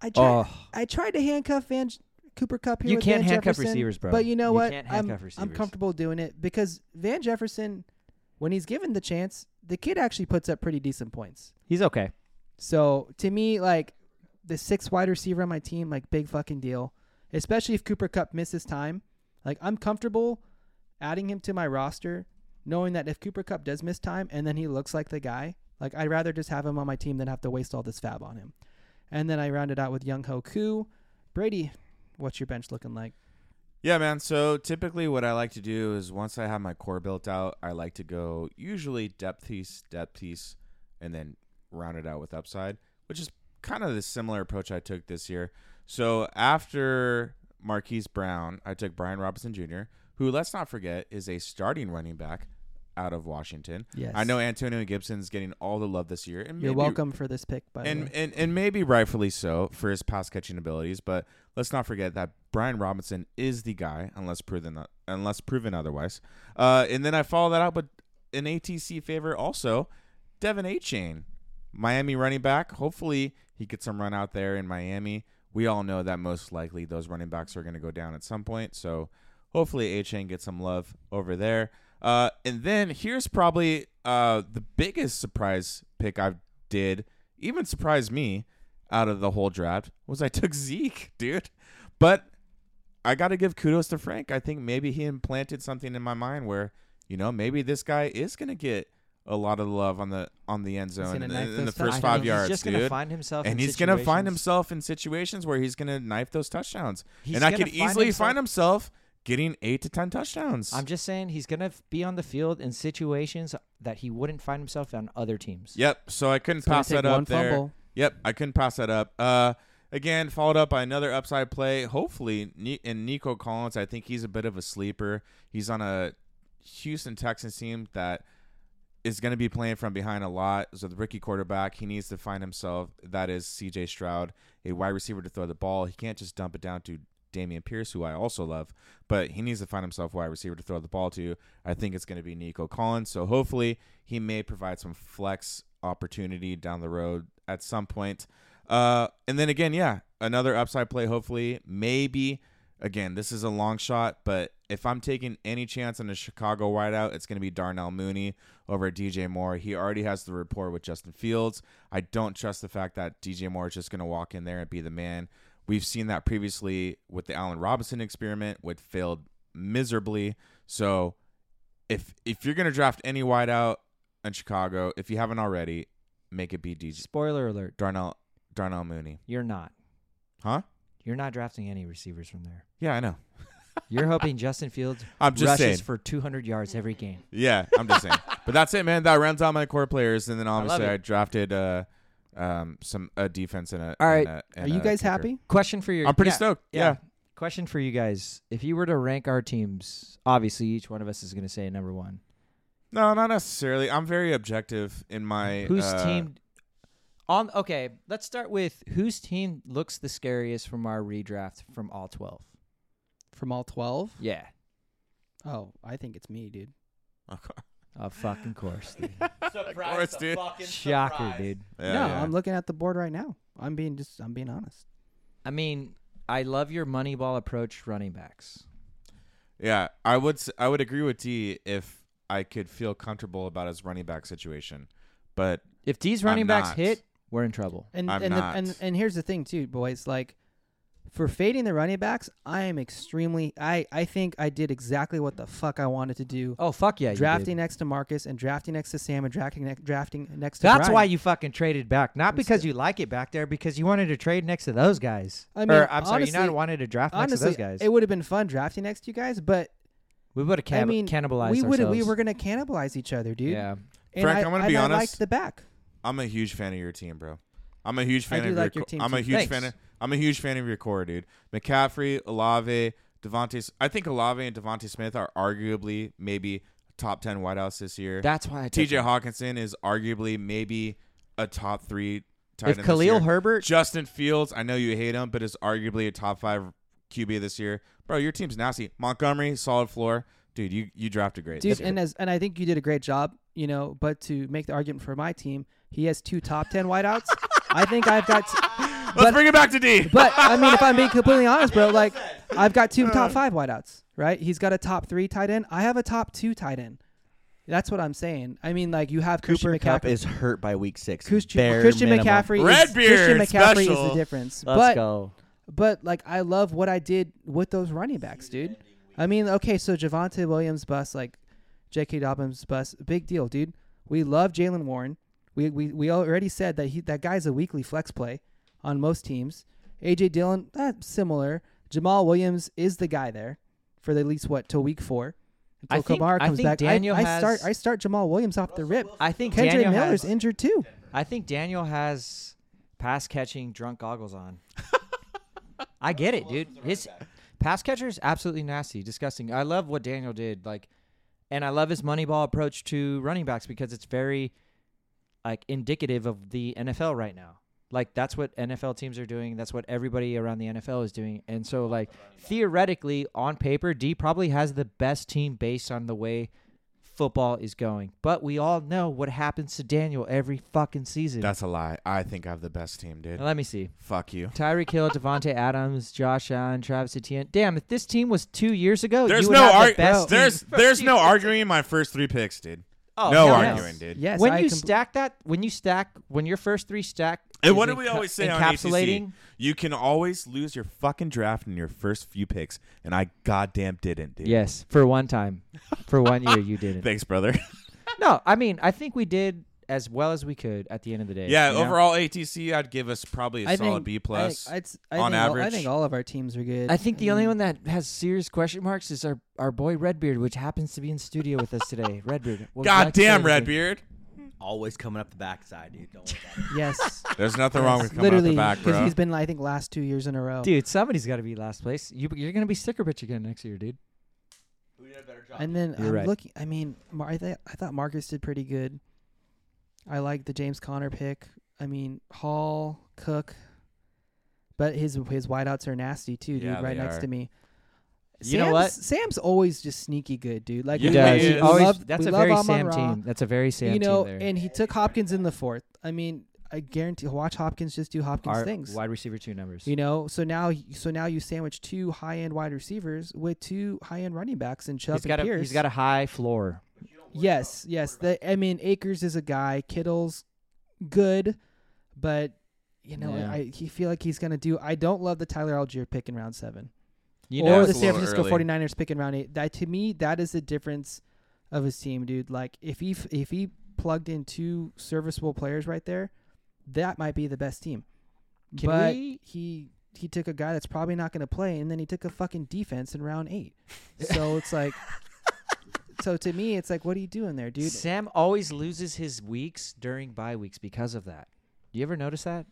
I tried,
Oh,
I tried to handcuff Van Cooper Cup here.
you
with
can't
Van
handcuff
Jefferson,
receivers, bro.
But you know what?
can't
I'm,
handcuff
I'm
receivers.
comfortable doing it because Van Jefferson, when he's given the chance, the kid actually puts up pretty decent points.
He's okay.
So to me, like the sixth wide receiver on my team, like big fucking deal. Especially if Cooper Cup misses time. Like I'm comfortable adding him to my roster, knowing that if Cooper Cup does miss time and then he looks like the guy, like I'd rather just have him on my team than have to waste all this fab on him. And then I rounded out with Young Ho Koo. Brady, what's your bench looking like?
Yeah, man. So typically, what I like to do is once I have my core built out, I like to go usually depth piece, depth piece, and then round it out with upside, which is kind of the similar approach I took this year. So after Marquise Brown, I took Brian Robinson Jr., who let's not forget is a starting running back out of Washington.
Yes.
I know Antonio Gibson's getting all the love this year. And
You're
maybe-
welcome for this pick, by the
And,
way.
and and maybe rightfully so for his pass catching abilities, but let's not forget that Brian Robinson is the guy, unless proven unless proven otherwise. Uh, and then I follow that up with an ATC favorite also, Devin A. Chain, Miami running back. Hopefully he gets some run out there in Miami. We all know that most likely those running backs are going to go down at some point. So hopefully A. Chain gets some love over there. Uh, and then here's probably uh, the biggest surprise pick I've did, even surprised me out of the whole draft, was I took Zeke, dude. But I got to give kudos to Frank. I think maybe he implanted something in my mind where, you know, maybe this guy is going to get a lot of love on the on the end zone
gonna
in,
knife
the- in the
those
first
touchdowns.
five
he's
yards,
just
dude.
gonna find himself,
and
in
he's going to find
situations-
himself in situations where he's going to knife those touchdowns.
He's
and I
gonna
could
find
easily
himself-
find himself getting eight to 10 touchdowns.
I'm just saying he's gonna f- be on the field in situations that he wouldn't find himself on other teams.
Yep. So I couldn't
So we
pass
take
that up
one
there.
fumble.
Yep. I couldn't pass that up. Uh, again, followed up by another upside play. Hopefully, Ni- in Nico Collins, I think he's a bit of a sleeper. He's on a Houston Texans team that is going to be playing from behind a lot. So the rookie quarterback, he needs to find himself. That is C.J. Stroud, a wide receiver to throw the ball. He can't just dump it down to Damian Pierce, who I also love, but he needs to find himself a wide receiver to throw the ball to. I think it's going to be Nico Collins. So hopefully he may provide some flex opportunity down the road at some point. Uh, and then again, yeah, another upside play. Hopefully, maybe again, this is a long shot, but if I'm taking any chance on a Chicago wideout, it's going to be Darnell Mooney over DJ Moore. He already has the rapport with Justin Fields. I don't trust the fact that DJ Moore is just going to walk in there and be the man. We've seen that previously with the Allen Robinson experiment, which failed miserably. So if if you're going to draft any wideout in Chicago, if you haven't already, make it be DJ
Spoiler alert:
Darnell Darnell Mooney,
You're not.
huh?
You're not drafting any receivers from there.
Yeah, I know.
You're hoping Justin Fields
I'm just
rushes
saying.
for 200 yards every game.
Yeah, I'm just saying. but that's it, man. That rounds out my core players, and then
love
obviously
it.
I, drafted uh, um, some a defense and a.
All right.
and a-
Are
and
you
a
guys
kicker.
happy?
Question for your.
I'm pretty
yeah,
stoked. Yeah.
Question for you guys: If you were to rank our teams, obviously each one of us is going to say a number one.
No, not necessarily. I'm very objective in my.
Whose
uh,
team? On okay, let's start with whose team looks the scariest from our redraft from all 12.
From all 12?
Yeah,
Oh, I think it's me, dude.
of fucking course, dude.
Surprise,
course,
the
dude.
fucking
Shocker,
surprise.
dude.
Yeah,
no,
yeah.
I'm looking at the board right now. I'm being just, I'm being honest.
I mean, I love your Moneyball approach running backs.
Yeah, I would. s- I would agree with D if I could feel comfortable about his running back situation, but
If these
I'm
running backs
not.
hit, we're in trouble.
And
I'm
and,
not.
The, and and here's the thing too, boys. Like for fading the running backs, I am extremely. I I think I did exactly what the fuck I wanted to do.
Oh fuck yeah, you did.
drafting next to Marcus and drafting next to Sam and drafting ne- drafting next to.
That's
Brian.
why you fucking traded back, not
I'm
because
still-
you like it back there, because you wanted to trade next to those guys.
I mean,
or, I'm sorry, you
honestly-
not wanted to draft next
Honestly,
to those guys.
it would have been fun drafting next to you guys, but
we would have
I
cannib-
mean,
cannibalized
we
ourselves.
would we were gonna cannibalize each other, dude.
Yeah,
And
Frank,
I,
I'm gonna
and
be
I
honest.
liked the back.
I'm a huge fan of your team, bro. I'm a huge
I
fan
do
of
like
your.
your
co-
team,
I'm a
too.
huge
Thanks.
fan. Of, I'm a huge fan of your core, dude. McCaffrey, Olave, Devontae. I think Olave and Devontae Smith are arguably maybe top ten wideouts this year.
that's why I took
T.J.
him.
Hawkinson is arguably maybe a top three tight end.
If
this
Khalil
year.
Herbert,
Justin Fields, I know you hate him, but is arguably a top five QB this year, bro. Your team's nasty. Montgomery, solid floor, dude. You you drafted great,
dude.
That's
And as and I think you did a great job, you know. But to make the argument for my team, he has two top ten wideouts. I think I've got.
good. Let's bring it back to D.
But I mean, if I'm being completely honest, bro, like I've got two
Uh.
top five wideouts, right? He's got a top three tight end. I have a top two tight end. That's what I'm saying. I mean, like you have
Cooper
Christian
Cup
McCaffrey.
is hurt by week six.
Christian,
Bare
Christian
minimum.
McCaffrey. is,
Redbeard
Christian McCaffrey is
special.
the difference.
let's
but
go.
but like I love what I did with those running backs, dude. I mean, okay, so Javante Williams bust, like J.K. Dobbins bust, big deal, dude. We love Jalen Warren. We, we we already said that he that guy's a weekly flex play on most teams. A.J. Dillon, eh, that's similar. Jamal Williams is the guy there for at least what till week four, until
think-
Kamara
I
comes
think
back.
Daniel
I, I
has-
start I start Jamal Williams off the rip.
I think
Kendrick
Daniel
Miller's
has,
injured too.
I think Daniel has pass catching drunk goggles on. I get it, dude. His pass catcher is absolutely nasty, disgusting. I love what Daniel did, like, and I love his money ball approach to running backs because it's very, like, indicative of the NFL right now. Like that's what NFL teams are doing. That's what everybody around the NFL is doing. And so, like theoretically, on paper, D probably has the best team based on the way football is going. But we all know what happens to Daniel every fucking season.
That's a lie. I think I have the best team, dude.
Now, let me see.
Fuck you.
Tyreek Hill, Devontae Adams, Josh Allen, Travis Etienne. Damn, if this team was two years ago,
There's
you would
no
have
ar-
the best team.
there's there's no arguing in my first three picks, dude.
Oh,
no
hell
arguing, dude.
Yes,
when
I
you
compl-
stack that, when you stack, when your first three stack,
And
is
what do we
enca-
always say on
encapsulating?
ATC? You can always lose your fucking draft in your first few picks, and I goddamn didn't, dude.
Yes, for one time, for one year, you didn't.
Thanks, brother.
no, I mean, I think we did as well as we could at the end of the day.
yeah,
you know?
overall ATC, I'd give us probably a
I
solid
think-
B
I think-
plus.
I'd s- I
on
think all- I
average.
think all of our teams are good.
I think the
mean,
only one that has serious question marks is our, our boy Redbeard, which happens to be in studio with us today. Redbeard. what would you like to say
Goddamn,
to him?
Redbeard.
Always coming up the backside, dude. Don't worry about it.
Yes,
There's nothing wrong with coming out
literally
the back,
'cause
bro.
he's been I think last two years in a row.
Dude, somebody's got to be last place. You, you're going to be sticker bitch again next year, dude.
Who did a better job?
And then
You're
I'm
right.
looking. I mean, Mar- I, th- I thought Marcus did pretty good. I like the James Conner pick. I mean, Hall, Cook, but his his wideouts are nasty too, dude.
Yeah,
right
they
next
are.
to me.
You know
Sam's-
what?
Sam's always just sneaky good, dude. Like
He
we-
does.
we
He
always-
love-
that's
we
a
love
very Sam
Amon-Ra,
team. That's a very Sam
you know,
team there.
and he took Hopkins in the fourth. I mean, I guarantee. Watch Hopkins just do Hopkins
Our
things.
wide receiver two numbers.
You know, so now so now you sandwich two high end wide receivers with two high end running backs in Chubb
he's got
and
a
Pierce.
he's got a high floor.
Yes, yes. The, I mean, Akers is a guy. Kittle's good, but you know,
Yeah.
I he feel like he's gonna do. I don't love the Tyler Algier pick in round seven,
You
or
know,
the
it's a
San
little
Francisco
early.
Forty 49ers pick in round eight. That to me, that is the difference of his team, dude. Like if he f- if he plugged in two serviceable players right there, that might be the best team.
Can
but
we-
he he took a guy that's probably not gonna play, and then he took a fucking defense in round eight. So it's like. So to me, it's like, what are you doing there, dude?
Sam always loses his weeks during bye weeks because of that. Do you ever notice that?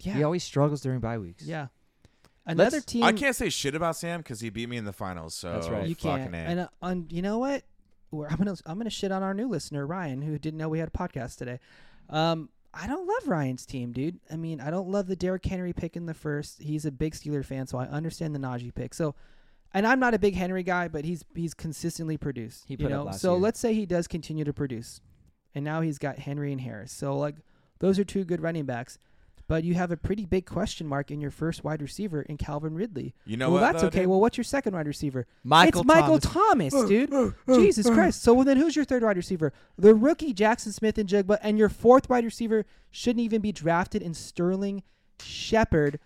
Yeah,
He always struggles during bye weeks.
Yeah. Another
Let's-
team.
I can't say shit about Sam because he beat me in the finals. So
That's right.
You
fucking
can't.
A.
And uh, on, you know what? We're, I'm gonna I'm gonna shit on our new listener Ryan, who didn't know we had a podcast today. Um, I don't love Ryan's team, dude. I mean, I don't love the Derrick Henry pick in the first. He's a big Steeler fan, so I understand the Najee pick. So, and I'm not a big Henry guy, but he's he's consistently produced.
He
you
put up
know?
last
so
year.
let's say he does continue to produce, and now he's got Henry and Harris. So like, those are two good running backs. But you have a pretty big question mark in your first wide receiver in Calvin Ridley.
You know
well,
what?
that's
though,
okay.
dude? Uh,
Well, what's your second wide receiver?
Michael
it's Michael
Thomas.
Thomas, dude. Jesus Christ. So well, then who's your third wide receiver? The rookie Jackson Smith and Jigba, and your fourth wide receiver shouldn't even be drafted in Sterling Shepard.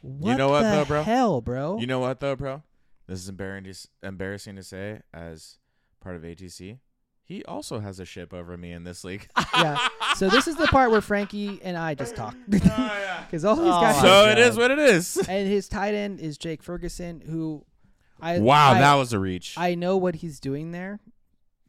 What
know what,
the
though, bro?
Hell, bro.
You know what though, bro? This is embarrassing embarrassing to say as part of ATC. He also has a ship over me in this league.
yeah. So this is the part where Frankie and I just talk because all he's
Oh,
got.
my
Oh, so
God.
it is what it is.
and his tight end is Jake Ferguson, who I
wow,
I,
that was a reach.
I know what he's doing there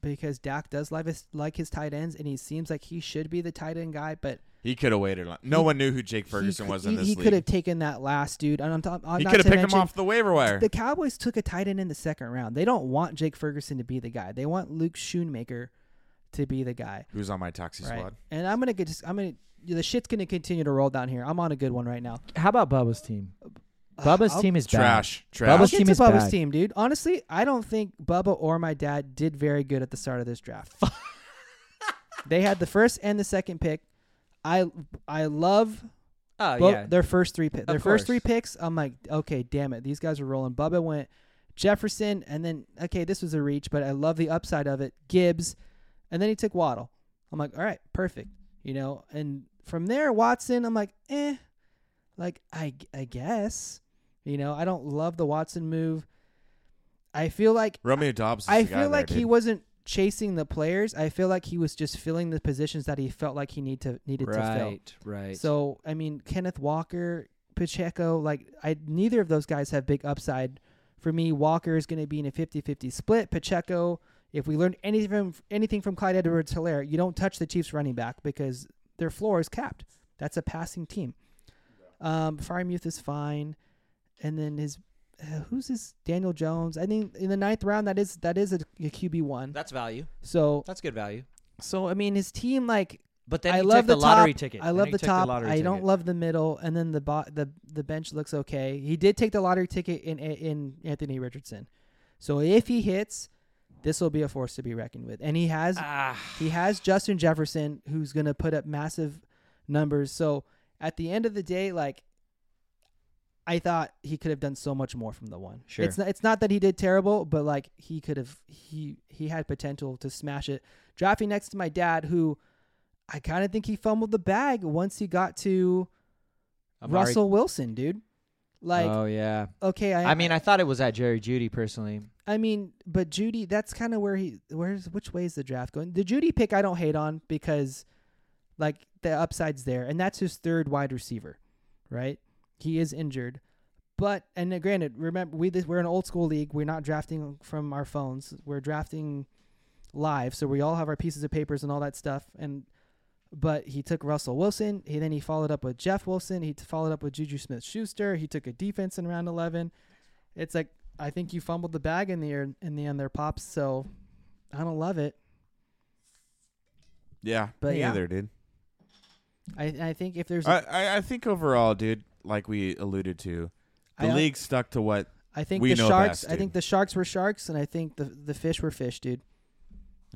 because Dak does like his, like his tight ends, and he seems like he should be the tight end guy, but
he could have waited. Long. No
He-
one knew who Jake
he
Ferguson
cou-
was
he-
in this
He
league.
could have taken that last dude. And I'm talking.
he could
not
have
to
picked him
mention,
off the waiver wire.
The Cowboys took a tight end in the second round. They don't want Jake Ferguson to be the guy. They want Luke Schoonmaker to be the guy.
Who's on my taxi
Right.
squad?
And I'm gonna get just. I'm gonna. The shit's gonna continue to roll down here. I'm on a good one right now.
How about Bubba's team? Bubba's
Uh, I'll-
team is bad.
Trash,
I'll
trash.
Bubba's
get
team
to
is
Bubba's
bad.
team, dude. Honestly, I don't think Bubba or my dad did very good at the start of this draft. they had the first and the second pick. I I love
Oh
Bo-
yeah.
their first three picks. Their
course.
first three picks. I'm like, okay, damn it, these guys are rolling. Bubba went Jefferson, and then okay, this was a reach, but I love the upside of it. Gibbs, and then he took Waddle. I'm like, all right, perfect, you know. And from there, Watson. I'm like, eh, like I g- I guess, you know, I don't love the Watson move. I feel like
Romeo Dobbs. Is
I
the guy
feel like
there,
he
dude.
wasn't chasing the players. I feel like he was just filling the positions that he felt like he need to needed to fill.
Right, right.
So I mean, Kenneth Walker, Pacheco, like I neither of those guys have big upside For me, Walker is going to be in a 50-50 split. Pacheco, if we learned anything from, anything from Clyde Edwards-Hilaire, you don't touch the Chiefs running back because their floor is capped. That's a passing team. Um, Frymuth is fine, and then his uh, who's his Daniel Jones? I think in the ninth round that is that is a, a QB one.
That's value.
So
That's good value.
so I mean his team like
But then
I
you
love
take
the
the, lottery
top.
ticket.
I
Then
love
you
the
take
top.
lottery
I don't
ticket.
love the middle, and then the bo- the the bench looks okay. He did take the lottery ticket in in Anthony Richardson, so if he hits, this will be a force to be reckoned with. And he has
Ah,
he has Justin Jefferson, who's going to put up massive numbers. So at the end of the day, like I thought he could have done so much more from the one.
Sure.
It's not, it's not that he did terrible, but like he could have he he had potential to smash it. Drafting next to my dad, who I kind of think he fumbled the bag once he got to
Amari-
Russell Wilson, dude. Like
oh yeah.
okay, I,
I mean, I thought it was at Jerry Judy personally.
I mean, but Judy, that's kind of where he where's which way is the draft going? The Judy pick I don't hate on because like the upside's there and that's his third wide receiver, right? He is injured. But and uh, granted, remember we this, we're an old school league. We're not drafting from our phones. We're drafting live, so we all have our pieces of papers and all that stuff and but he took Russell Wilson. He then he followed up with Jeff Wilson. He t- followed up with Juju Smith-Schuster. He took a defense in round 11. It's like I think you fumbled the bag in the air, in the end there, pops. So I don't love it.
Yeah,
But
me
yeah.
either, dude.
I I think if there's
I, I I think overall, dude, like we alluded to, the
I,
league stuck to what
I think
we
the
know
sharks.
best,
I think
dude.
the sharks were sharks, and I think the the fish were fish, dude.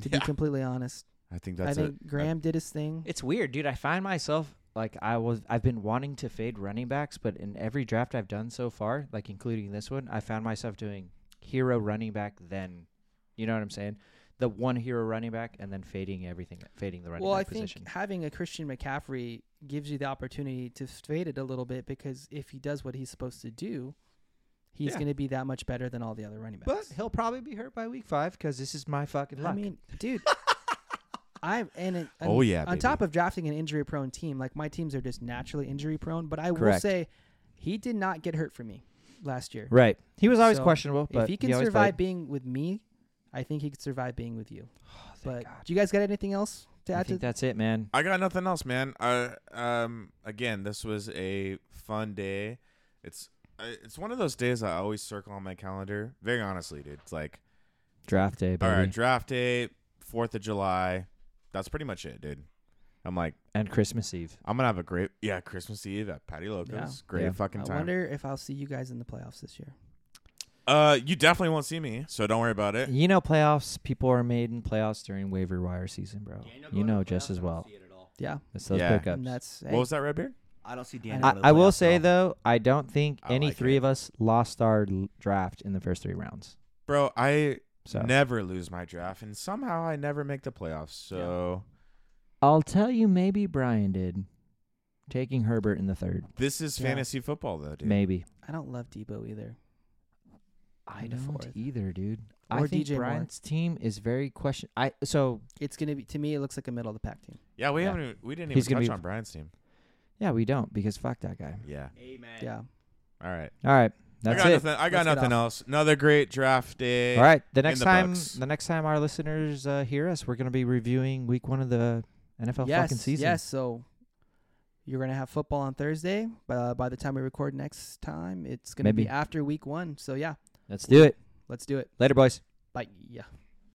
To
Yeah.
be completely honest,
I think that's
I
it.
think Graham did his thing.
It's weird, dude. I find myself like I was I've been wanting to fade running backs, but in every draft I've done so far, like including this one, I found myself doing hero running back then. You know what I'm saying? The one hero running back and then fading everything fading the running
well, I
back
think
position.
having a Christian McCaffrey gives you the opportunity to fade it a little bit because if he does what he's supposed to do, he's
Yeah.
going to be that much better than all the other running
But
backs.
he'll probably be hurt by week five because this is my fucking luck.
I mean, dude, I'm and it, and
Oh, yeah,
On
baby.
top of drafting an injury-prone team, like my teams are just naturally injury-prone. But I will
Correct.
say, he did not get hurt for me last year.
right. He was always
So,
questionable, but
if he can
always
survive
played.
being with me, I think he could survive being with you. but
Oh, God.
do you guys got anything else to
I
add to?
think that's it, man.
I got nothing else, man. I um again, this was a fun day. It's I- it's one of those days I always circle on my calendar. Very honestly, dude. It's like
Draft day,
all
baby.
right, draft day, Fourth of July. That's pretty much it, dude. I'm like,
And Christmas Eve.
I'm gonna have a great yeah Christmas Eve at Patty Locos.
Yeah.
Great
Yeah.
fucking
I
time.
wonder if I'll see you guys in the playoffs this year.
uh, you definitely won't see me, so don't worry about it.
You know, playoffs. People are made in playoffs during waiver wire season, bro.
Daniel
you
going to
know
the
just
playoffs,
as
I don't
well.
see it at all.
Yeah,
It's those
Yeah.
pickups.
and that's hey,
What was that, Redbeard?
I don't see
I-
Daniel.
I,
in the
I will
playoffs at
say
all.
though, I don't think
I
any
like
three
it.
of us lost our l- draft in the first three rounds.
Bro, I
So
never lose my draft, and somehow I never make the playoffs. So
I'll tell you, maybe Brian did, taking Herbert in the third.
this is
Yeah.
fantasy football, though, dude.
Maybe
I don't love Debo either.
I
In the
don't
fourth.
either, dude. I
Or
think
DJ Moore.
Brian's team is very question. I so
It's gonna be to me. It looks like a middle of the pack team.
Yeah, we
Yeah.
haven't. even- We didn't
He's
even
gonna
touch
be-
on Brian's team.
yeah, we don't because fuck that guy.
Yeah.
Amen.
Yeah.
All right.
All right, that's
I got
it.
nothing. I got
Let's get
nothing else. Another great draft day.
All right, the next
the
time
books.
the next time our listeners uh, hear us, we're gonna be reviewing week one of the NFL
yes.
fucking season.
Yes. So you're gonna have football on Thursday. Uh, by the time we record next time, it's gonna be
Maybe.
after week one. So yeah,
let's do it
let's do it.
later, boys.
Bye. Yeah.